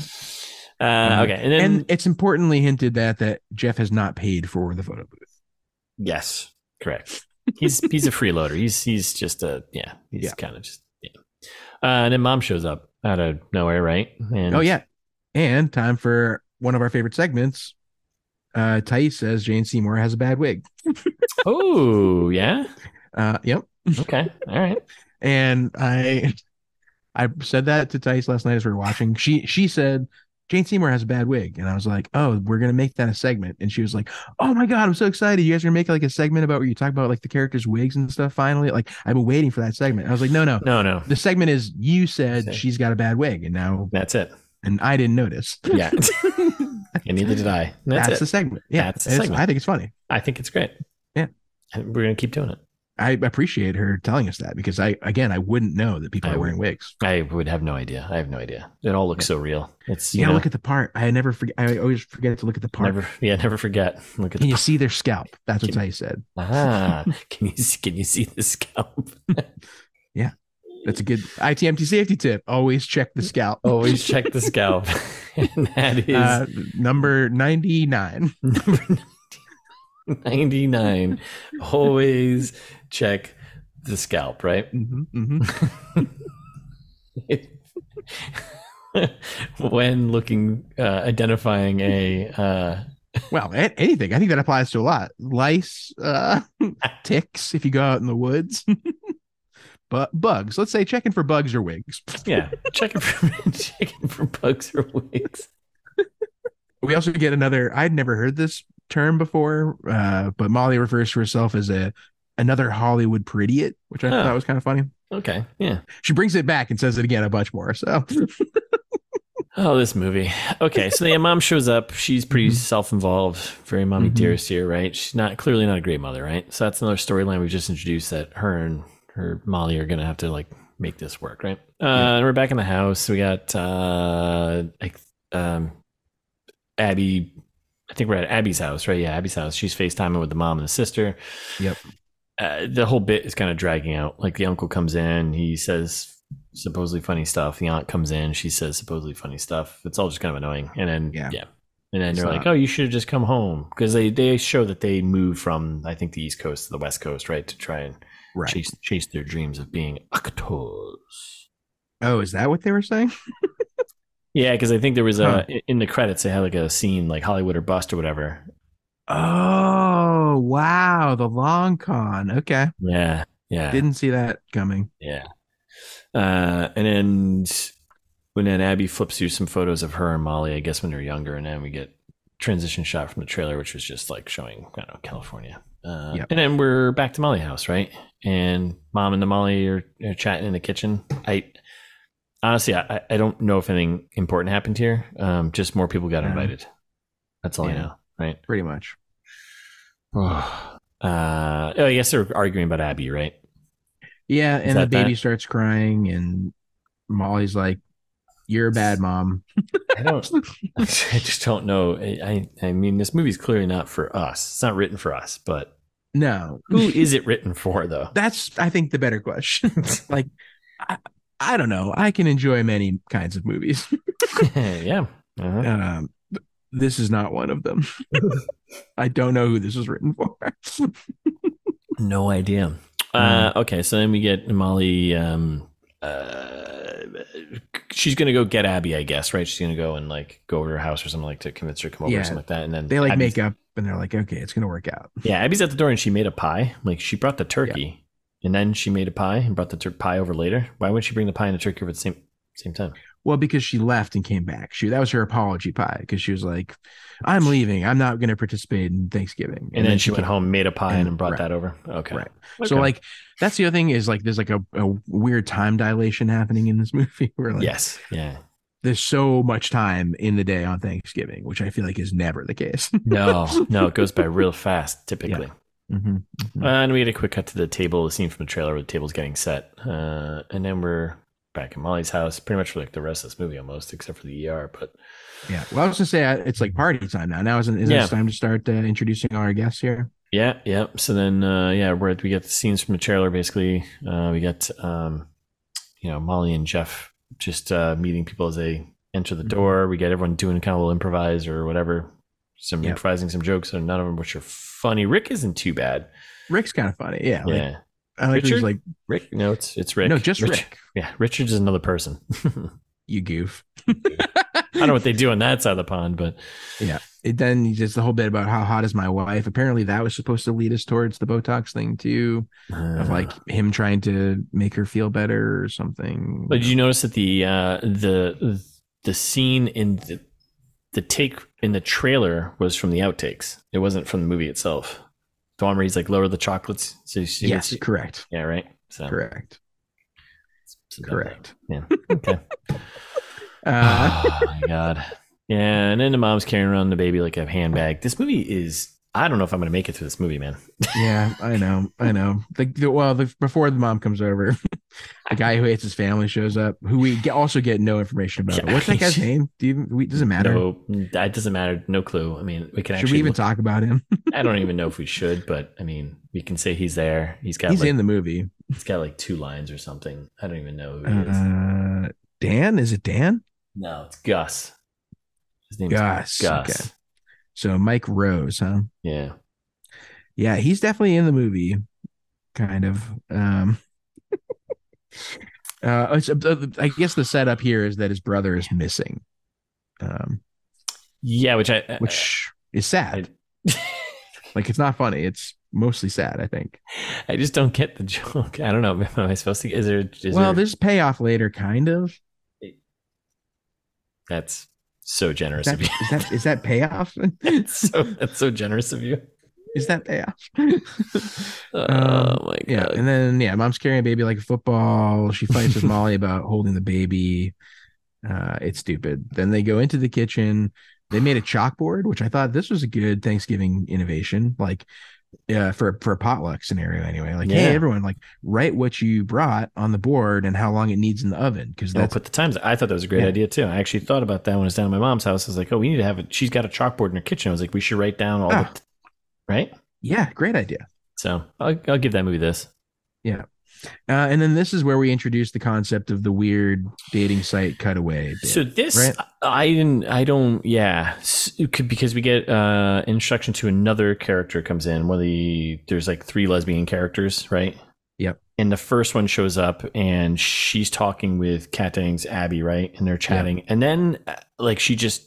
Uh, okay, and Um, then and it's importantly hinted that that Jeff has not paid for the photo booth. yes, correct. He's he's a freeloader. He's he's just a yeah. He's Yeah. kind of just yeah. Uh, and then mom shows up out of nowhere, right? And Oh yeah, and time for one of our favorite segments. Uh, Thais says Jane Seymour has a bad wig. Oh yeah. Uh, yep. Okay. All right. And I, I said that to Thais last night as we were watching. She she said Jane Seymour has a bad wig, and I was like, oh, we're gonna make that a segment. And she was like, oh my god, I'm so excited! You guys are gonna make like a segment about where you talk about like the characters' wigs and stuff. Finally, like I've been waiting for that segment. I was like, no, no. No, no. The segment is you Say. said she's got a bad wig, and now That's it. and I didn't notice. Yeah. (laughs) and neither did I. That's, That's, it. the segment. Yeah, That's the it's- segment. I think it's funny. I think it's great. Yeah. And we're gonna keep doing it. I appreciate her telling us that because I again I wouldn't know that people I are wearing wigs. I would have no idea. I have no idea. It all looks so real. It's you You gotta know, look at the part. I never forget. I always forget to look at the part. never. Yeah, never forget. Look Can at the you see their scalp? That's what I said. ah. Can you see, can you see the scalp? That's a good ITMT safety tip. Always check the scalp. (laughs) Always check (laughs) the scalp. and that Oh, is Uh, number ninety nine. number 99. Always check the scalp, right? (laughs) Mm-hmm. when looking, uh, identifying a, uh, Well, a- anything. I think that applies to a lot. Lice, (laughs) uh, ticks. If you go out in the woods, (laughs) but bugs. Let's say checking for bugs or wigs. yeah, checking for, (laughs) checking for bugs or wigs. We also get another. I'd never heard this term before, uh, but Molly refers to herself as a another Hollywood prettyit, which I Huh. thought was kind of funny. Okay, yeah. She brings it back and says it again a bunch more. (laughs) So Oh, this movie. Okay, so the mom shows up. She's pretty Mhm. self-involved, very mommy Mhm. dearest here, right? She's not clearly not a great mother, right? So that's another storyline we just introduced that her and her Molly are gonna have to like make this work, right? Uh, Yeah. and We're back in the house. We got uh, like, um, Abby. I think we're at Abby's house, right? Yeah, Abby's house. She's FaceTiming with the mom and the sister. Yep. Uh, the whole bit is kind of dragging out. Like the uncle comes in, he says supposedly funny stuff. The aunt comes in, she says supposedly funny stuff. It's all just kind of annoying. And then yeah, Yeah. and then It's they're like, not- "Oh, you should have just come home," because they they show that they moved from I think the East Coast to the West Coast, right, to try and right. chase chase their dreams of being actors. Oh, is that what they were saying? Yeah, because I think there was a Huh. in the credits they had like a scene like Hollywood or bust or whatever. Oh wow, the long con. Okay, Yeah, yeah, didn't see that coming. yeah. Uh, and then when then Abby flips through some photos of her and Molly, I guess when they're younger, and then we get transition shot from the trailer, which was just like showing I don't know California. Uh, Yep. And then we're back to Molly house, right? And mom and the Molly are, are chatting in the kitchen. I honestly, I, I- I don't know if anything important happened here. Um, just more people got Yeah. invited. That's all I Yeah. know, right? Pretty much. (sighs) uh, oh, I guess they're arguing about Abby, right? Yeah, and the that that? baby starts crying, and Molly's like, "You're a bad mom." I don't. I just don't know. I, I I mean, this movie's clearly not for us. It's not written for us. But No, (laughs) who is it written for, though? (laughs) that's I think the better question. (laughs) like, I, I don't know. I can enjoy many kinds of movies. yeah. Uh-huh. Um, th- this is not one of (laughs) them. I don't know who this was written for. (laughs) No idea. Uh, okay, so then we get Molly. Um, uh, she's gonna go get Abby, I guess, right? She's gonna go and like go over to her house or something like to convince her to come over or Yeah. something like that. And then they like Abby's- make up and they're like, okay, it's gonna work out. Yeah, Abby's at the door and she made a pie. Like she brought the turkey, and then she made a pie and brought the tur- pie over later. Why wouldn't she bring the pie and the turkey over at the same same time? Well, because she left and came back. She that was her apology pie because she was like, I'm leaving. I'm not gonna participate in Thanksgiving. And, then, she went home, made a pie, and, and- then brought right. that over. Okay, Right. Okay. So like that's the other thing is like there's like a, a weird time dilation happening in this (laughs) movie where like yes, yeah, there's so much time in the day on Thanksgiving, which I feel like is never the case. (laughs) no, no, it goes by real fast typically. hmm Uh, and we had a quick cut to the table, the scene from the trailer where the table's getting set. Uh, and then we're back in Molly's house, pretty much for like the rest of this movie almost, except for the ER. But Yeah. Well, I was gonna say uh, it's like party time now. Now isn't, isn't Yeah. it time to start uh, introducing our guests here? Yeah, yeah. So then, uh, yeah, we're, we got the scenes from the trailer. Basically, uh, we got um, you know Molly and Jeff just uh, meeting people as they enter Mm-hmm. the door. We got everyone doing kind of a little improvise or whatever, some Yeah. improvising some jokes, and none of them which are funny. Rick isn't too bad. Rick's kind of funny. Yeah. Like, yeah, I like Richard? he's like, Rick. No, it's it's Rick. no, just Rich- Rick, Yeah, Richard's another person. (laughs) you goof. I don't know what they do on that side of the (laughs) pond, but It, then he just the whole bit about how hot is my wife. Apparently, that was supposed to lead us towards the Botox thing too, uh, of like him trying to make her feel better or something. But did you notice that the uh, the the scene in the the take in the trailer was from the outtakes. It wasn't from the movie itself. The one where he's like lower the chocolates. So she yes, gets- correct, yeah, right. So correct, it's about correct. that. Yeah. (laughs) Okay. Uh, oh my god. Yeah, and then the mom's carrying around the baby like a handbag. This movie is. I don't know if I'm gonna make it through this movie, man. yeah, I know, I know. The, the, well, the, before the mom comes over, (laughs) the guy who hates his family shows up, who we get, also get no information about. Yeah. What's that (laughs) guy's name? Do you, we, does it matter? No, that doesn't matter. No clue. I mean, we can Should actually. we even look- talk about him? I don't even know if we should, but I mean, we can say he's there. He's got He's like in the movie. It's got like two lines or something. I don't even know who it is. Uh, Dan, is it Dan? no, it's Gus. His name Gus, is Gus. okay. So Mike Rose, huh? Yeah. Yeah, he's definitely in the movie, kind of. Um, (laughs) uh, it's, uh, I guess the setup here is that his brother is missing, um, Yeah, which I which which is sad. I, (laughs) Like it's not funny. It's mostly sad. I think. I just don't get the (laughs) joke. I don't know. Am I supposed to? Is there? Is well, there, there's payoff later, kind of. that's so generous Is that, of you. (laughs) is that is that payoff? That's so that's so generous of you. is that payoff? (laughs) Oh Um, my god. yeah, and then yeah, mom's carrying a baby like a football. She fights with Molly about holding the baby. Uh, it's stupid. Then they go into the kitchen. They made a chalkboard, which I thought this was a good Thanksgiving innovation, like uh, for for a potluck scenario anyway. Like, Yeah. hey, everyone, like write what you brought on the board and how long it needs in the oven because I'll that's put the times. I thought that was a great Yeah. idea too. I actually thought about that when I was down at my mom's house. I was like, oh, we need to have it. She's got a chalkboard in her kitchen. I was like, we should write down all Ah. the, right? yeah, great idea. So I'll, I'll give that movie this. Uh, and then this is where we introduce the concept of the weird dating site cutaway. bit. So this, right? I didn't, I don't, yeah, S- it could- because we get uh introduction to another character comes in. One of the there's like three lesbian characters, right? Yep. And the first one shows up, and she's talking with Kat Dennings, Abby, right? And they're chatting, and then uh, like she just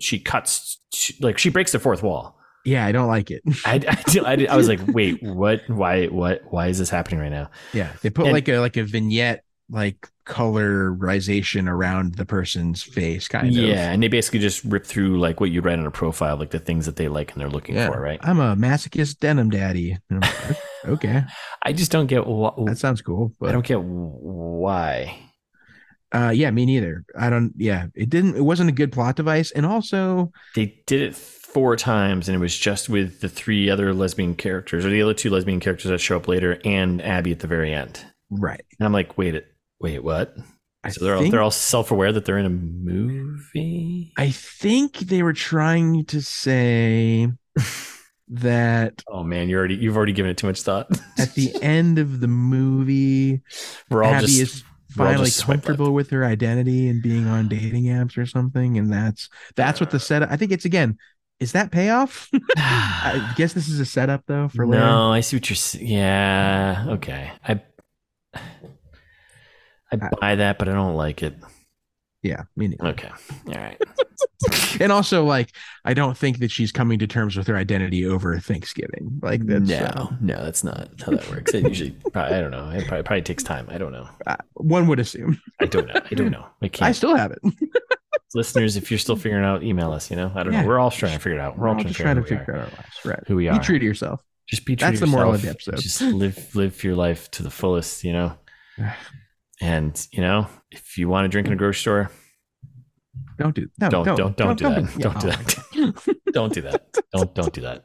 she cuts, she, like she breaks the fourth wall. yeah, I don't like it. I, I, did- I, did- (laughs) I was like, wait, what? Why? What? Why is this happening right now? Yeah, they put And- like a like a vignette like colorization around the person's face, kind of. yeah, and they basically just rip through like what you write on a profile, like the things that they like and they're looking Yeah. for, right? I'm a masochist denim daddy. And I'm like, "Oh, (laughs) okay, I just don't get wh- that sounds cool, I but don't get why. uh, yeah, me neither. I don't. Yeah, it didn't. It wasn't a good plot device, and also They did it four times and it was just with the three other lesbian characters or the other two lesbian characters that show up later and Abby at the very end. right. And I'm like, wait, it, wait, what? I so they're all, think- they're all self aware that they're in a movie. I think they were trying to (laughs) say that oh man, you already you've already given it too much thought. at the end of the movie, (laughs) we're all Abby just (sighs) is we're all finally just swipe left. comfortable with her identity and being on dating apps or something, and that's that's what the setup. I think it's again, is that payoff? I guess this is a setup though for later. no, I see what you're. s- Yeah, okay. I I I- buy that, but I don't like it. Yeah, me neither. Okay, all right. And also, like, I don't think that she's coming to terms with her identity over Thanksgiving. Like that's no, uh, no, that's not how that works. (laughs) It usually, probably, I don't know. It probably, probably takes time. I don't know. one would assume. I don't know. I don't know. I I can't. still have it. Listeners, if you're still figuring it out, email us. You know, I don't Yeah. know. We're all trying to figure it out. We're all I'm trying to just trying to figure, out, who we figure are. out our lives. Right. who we are. Be true to yourself. Just be true. That's to the moral of the yourself. episode. Just live, live your life to the fullest. (sighs) You know. And you know, if you want to drink in a grocery store, Don't do no, don't don't don't, do that. yeah, Don't do oh my that. (laughs) don't do that. Don't don't (laughs) do that.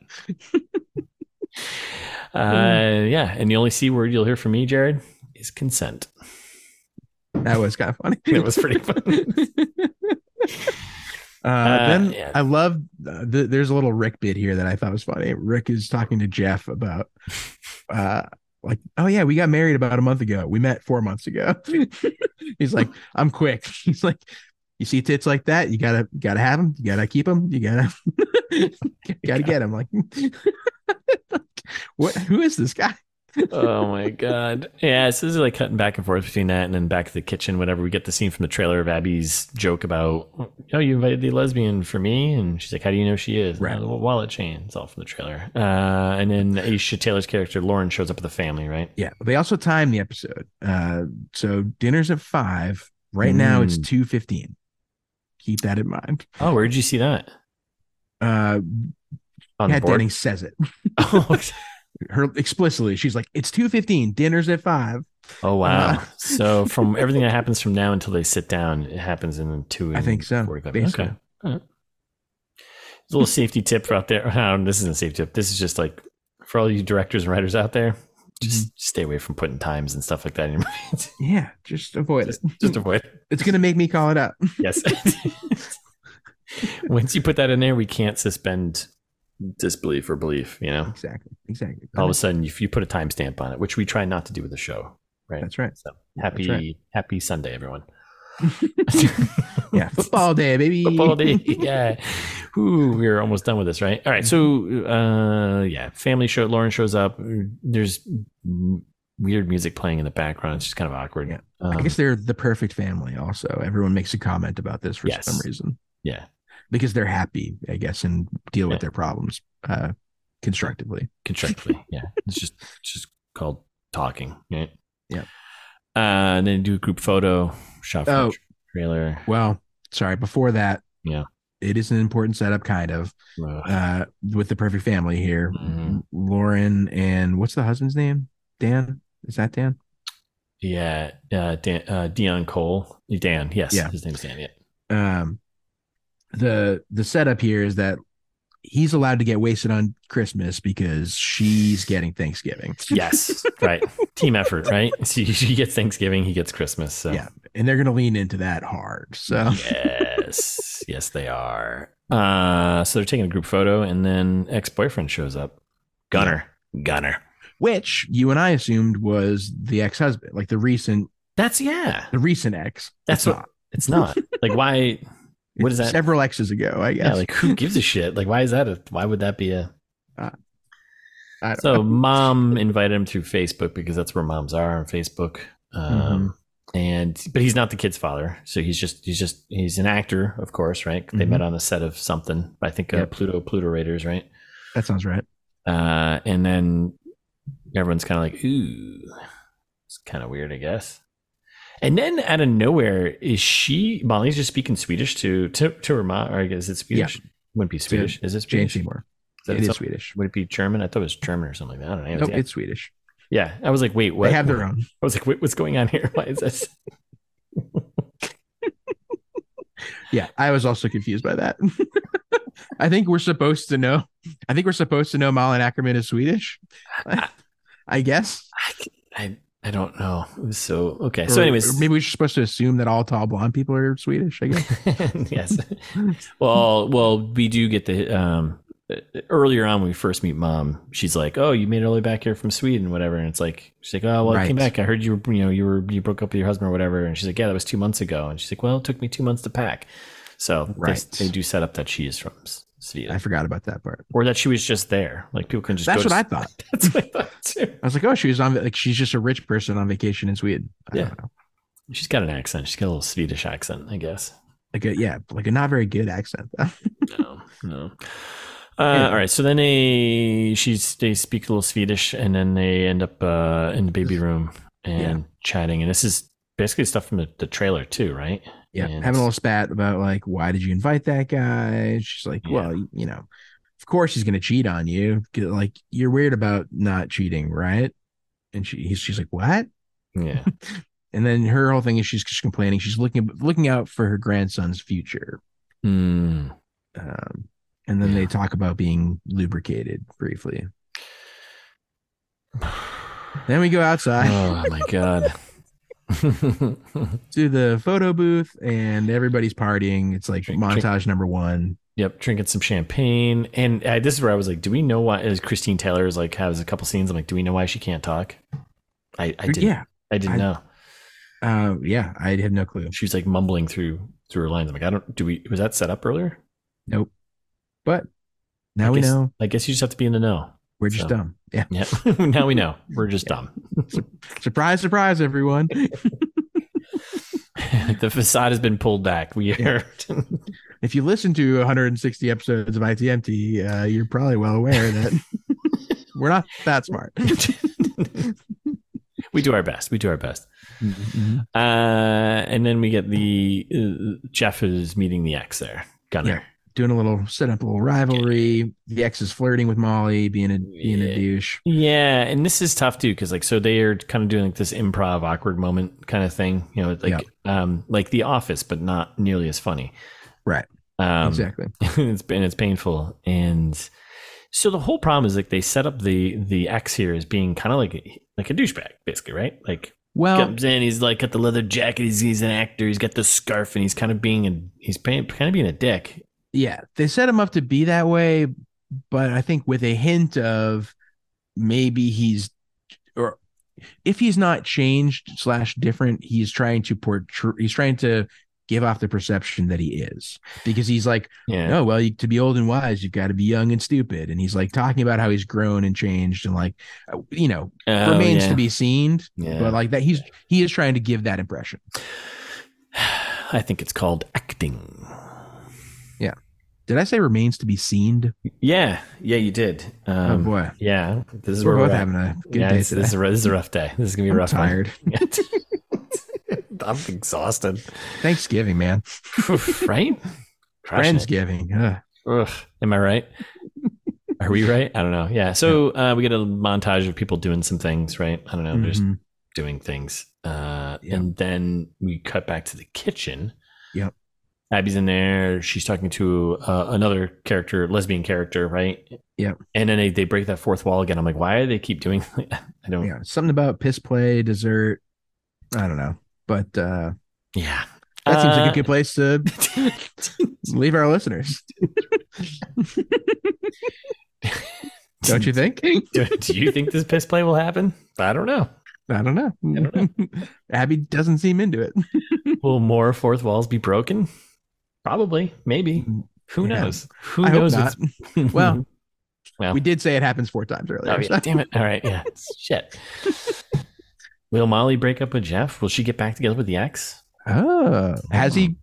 Uh, yeah, and the only c word you'll hear from me, Jared, is consent. (laughs) (laughs) God. That was kind of funny. It was pretty fun. Uh, Uh, then yeah. I love uh, th- there's a little Rick bit here that I thought was funny. Rick is talking to Jeff (laughs) about uh like, oh yeah, we got married about a month ago. We met four months (laughs) ago. He's like, I'm quick. (laughs) He's like, you see tits like that, you gotta gotta have them, you gotta keep them, you gotta (laughs) gotta get them. Like, (laughs) what? Who is this guy? (laughs) oh my god. Yeah, so this is like cutting back and forth between that and then back to the kitchen whenever we get the scene from the trailer of Abby's joke about oh you invited the lesbian for me and she's like, How do you know she is? Right. "Oh, the wallet chain. It's all from the trailer. Uh and then Aisha Taylor's character Lauren shows up with the family, right? Yeah, they also time the episode. Uh, so dinner's at five. Right now, it's Mm. two fifteen. Keep that in mind. Oh, where did you see that? Uh, On the Kat board. Denning says it. (laughs) oh, Her explicitly, she's like, "It's two fifteen. Dinner's at five. oh, wow. Uh, so (laughs) from everything that happens from now until they sit down, it happens in two I think and so, 45 basically. Okay. All right. There's a little safety tip for out there. (laughs) Um, this isn't a safety tip. This is just like for all you directors and writers out there, Mm-hmm. just stay away from putting times and stuff like that in your mind. Yeah, just avoid just, it. just avoid. (laughs) it. It's gonna make me call it out. Yes. (laughs) Once you put that in there, we can't suspend disbelief or belief, you know? (laughs) Exactly. Exactly. All of a sudden, if you put a timestamp on it, which we try not to do with the show, right? That's right. So happy right. happy (laughs) Sunday, everyone. Yeah, football day, baby. Football day. Yeah. Ooh, we are almost done with this, right? All right. So uh yeah, family show Lauren shows up. There's weird music playing in the background. It's just kind of awkward. Yeah. Um, I guess they're the perfect family. Also, everyone makes a comment about this for Yes. some reason yeah. because they're happy, I guess, and deal Yeah. with their problems uh, constructively. Constructively. (laughs) yeah. It's just it's just called talking, right? Yeah. Uh and then do a group photo, shot from Oh. the trailer. Well, sorry, before that, Yeah. it is an important setup, kind of, Ugh. uh, with the perfect family here. Mhm. Lauren and what's the husband's name? Dan? Is that Dan? Yeah, uh, Dan, uh, Dion Cole, Dan. Yes, Yeah. his name's Dan. (laughs) Yeah, Um, the the setup here is that he's allowed to get wasted on Christmas because she's getting (laughs) Thanksgiving. yes, right. Team effort, right? (laughs) So he gets Thanksgiving, he gets Christmas. So Yeah. and they're gonna lean into that hard. So yes, yes, they are. Uh, so they're taking a group photo, and then ex boyfriend shows up, Gunner, Gunner. which you and I assumed was the ex husband, like the recent That's yeah. the recent ex. That's It's what- not. It's not like why? What is It's that? Several exes ago, I guess. Yeah, like who gives a shit? Like why is that? A, why would that be a? I don't So know. mom invited him through Facebook because that's where moms are on Facebook. Um, And but he's not the kid's father, so he's just he's just he's an actor, of course, right? They Mhm. met on the set of something. I think uh, Yep. Pluto Pluto Raiders, right? that sounds right. Uh, and then everyone's kind of like, ooh, it's kind of weird, I guess. And then out of nowhere, is she Molly's just speaking Swedish to to, to her mom? Or is it Swedish? Wouldn't be Swedish. Is it Jane Swedish? Seymour. Is that It is something- Swedish. Would it be German? I thought it was German or something like that. I don't know. Nope, yeah. it's Swedish. Yeah, I was like, wait, what? They have their own. (laughs) I was like, wait, what's going on here? Why is this? Yeah, I was also confused by that. (laughs) I think we're supposed to know. I think we're supposed to know Malin Ackerman is Swedish. (laughs) I, I guess. I, I, I don't know. It was so okay. Or- so, or anyways, maybe we're supposed to assume that all tall blonde people are Swedish. I guess. (laughs) yes. Well, well, we do get the um earlier on when we first meet mom. She's like, "Oh, you made it all the way back here from Sweden, whatever." And it's like she's like, "Oh, well, I came Right. back. I heard you were, you know, you were you broke up with your husband or whatever." And she's like, "Yeah, that was two months ago." And she's like, "Well, it took me two months to pack." So they- Right. they, do set up that she is from S- I Sweden, forgot about that part. or that she was just there. Like people can just. That's go what to, I thought. That's what I (laughs) thought too. I was like, oh, she was on like she's just a rich person on vacation in Sweden. I Yeah. don't know. She's got an accent. She's got a little Swedish accent, I guess. Like a yeah, like a not very good accent. No, no. Uh, Yeah. All right. So then they she's they speak a little Swedish, and then they end up uh, in the baby room and Yeah. chatting. And this is basically stuff from the, the trailer too, right? yeah, And- having a little spat about like why did you invite that guy? And she's like, Yeah. well, you know, of course he's gonna cheat on you. 'Cause, Like you're weird about not cheating, right? And she he's, she's like, what? (laughs) Yeah. And then her whole thing is she's just complaining. She's looking looking out for her grandson's future. mm. Um, and then they Yeah. talk about being lubricated briefly. Then we go outside. Uh. Oh my god. (laughs) to the photo booth, and everybody's partying. It's like Drink, montage number one. Yep, drinking some champagne, and uh, this is where I was like, "Do we know why?" As Christine Taylor is like has a couple scenes. I'm like, "Do we know why she can't talk?" I, I didn't. yeah, I didn't I- know. uh, yeah, I have no clue. She was like mumbling through through her lines. I'm like, "I don't." Do we? Was that set up earlier? Nope. But now we guess- know. I guess you just have to be in the know. We're just so. dumb. Yeah. (laughs) Yeah. (laughs) now we know. We're just dumb. (laughs) Surprise, surprise, everyone. the facade has been pulled back. We are. (laughs) if you listen to 160 episodes of ITMT, uh, you're probably well aware (laughs) that we're not that smart. we do our best. We do our best. Uh, and then we get the uh, Jeff is meeting the ex there, Gunner. Doing a little set up a little rivalry. The ex is flirting with Molly, being a being Yeah. a douche. Yeah, and this is tough too because like so they are kind of doing like this improv awkward moment kind of thing, you know, like um like The Office, but not nearly as funny. Right. Um, exactly. (laughs) it's and it's painful and so the whole problem is like they set up the the ex here as being kind of like a- like a douchebag basically right like Well, comes in he's like got the leather jacket he's, he's an actor he's got the scarf and he's kind of being a he's paying, kind of being a dick yeah, they set him up to be that way, but I think with a hint of maybe he's or if he's not changed slash different, he's trying to portray. He's trying to give off the perception that he is because he's like yeah No, well, you, to be old and wise, you've got to be young and stupid. And he's like talking about how he's grown and changed and like, uh, you know, Oh, remains yeah. to be seen. Yeah. But like that, he's he is trying to give that impression. i think it's called acting Did I say remains to be seen? yeah yeah you did um, oh boy, yeah this is we're where both we're at. having a good yeah, day this, today. this is, a, this is a rough day this is gonna be a I'm rough one. tired. (laughs) i'm (laughs) exhausted Thanksgiving, man. right Crushing it. Friendsgiving. Ugh. Ugh, am (laughs) I right? Are we right? I don't know. Yeah. So uh, we get a montage of people doing some things, right? I don't know, just Mhm. doing things. Uh, Yeah. And then we cut back to the kitchen. Yep. Abby's in there. She's talking to uh, another character, lesbian character, right? Yep. And then they, they break that fourth wall again. I'm like, why do they keep doing? (laughs) I don't. Yeah. Yeah, something about piss play, dessert. I don't know, but uh, that seems Uh, like a good place (laughs) to (laughs) good. leave our listeners, don't you think? do, (laughs) do you think this piss play will happen? I don't know. I don't know. I don't (laughs) Abby doesn't seem into it. Will more fourth walls be broken? Probably, maybe. Who Yeah. knows? Who I hope knows? not. what's- (laughs) Well, well. We did say it happens four times earlier. oh, yeah, so- damn it! All right, yeah, shit. Will Molly break up with Jeff? Will she get back together with the ex? Oh, has he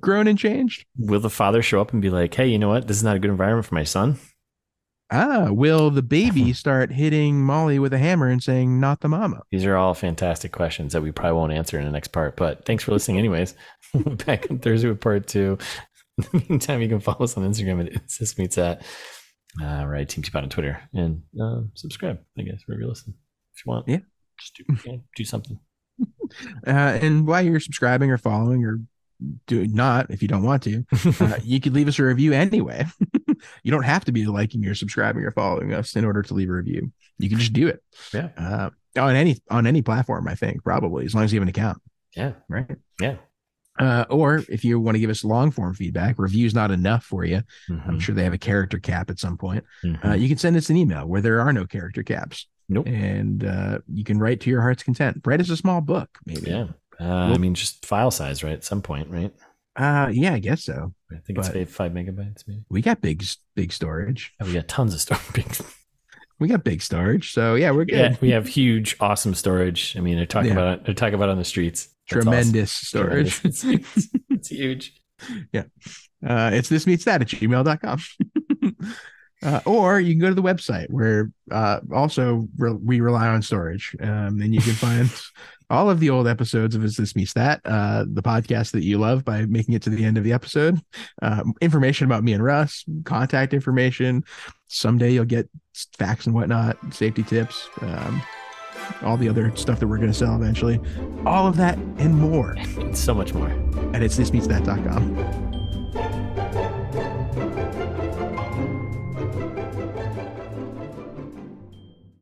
grown and changed? Will the father show up and be like, "Hey, you know what? This is not a good environment for my son." Ah, will the baby start hitting Molly with a hammer and saying, "Not the mama"? These are all fantastic questions that we probably won't answer in the next part. But thanks for listening, anyways. (laughs) We'll be back on Thursday with part two. (laughs) In the meantime, you can follow us on Instagram at Insist Meets at uh, right Team Teapot on Twitter and um, subscribe. I guess wherever you listen, if you want. Yeah. just do, yeah, do something. Uh, and while you're subscribing or following or do not, if you don't want (laughs) to, uh, you could leave us a review anyway. (laughs) you don't have to be liking or subscribing or following us in order to leave a review. You can just do it. Yeah. Uh, on any on any platform, I think probably as long as you have an account. Yeah. Right. Yeah. Uh, or if you want to give us long form feedback, review's not enough for you. I'm Mhm. sure they have a character cap at some point. Mhm. Uh, you can send us an email where there are no character caps, nope. and uh, you can write to your heart's content. Write us a small book, maybe. Yeah. Uh, I mean, just file size, right? At some point, right? Uh, yeah, I guess so. I think it's But- five, five megabytes, maybe. We got big, big storage. Oh, we got tons of storage. (laughs) We got big storage. So yeah, we're good. yeah, we have huge, awesome storage. I mean, they're talking Yeah. about it. They're talking about it on the streets. That's awesome. Tremendous storage. It's, it's, it's huge. Uh, it's this meets that at gmail.com. (laughs) uh, or you can go to the website where uh, also re- we rely on storage. Um, and you can find (laughs) all of the old episodes of Is This Meets That, uh, the podcast that you love by making it to the end of the episode, uh, information about me and Russ, contact information. Someday you'll get s- facts and whatnot, safety tips, um, all the other stuff that we're going to sell eventually. All of that and more It's so much more. at It's This Meets That.com.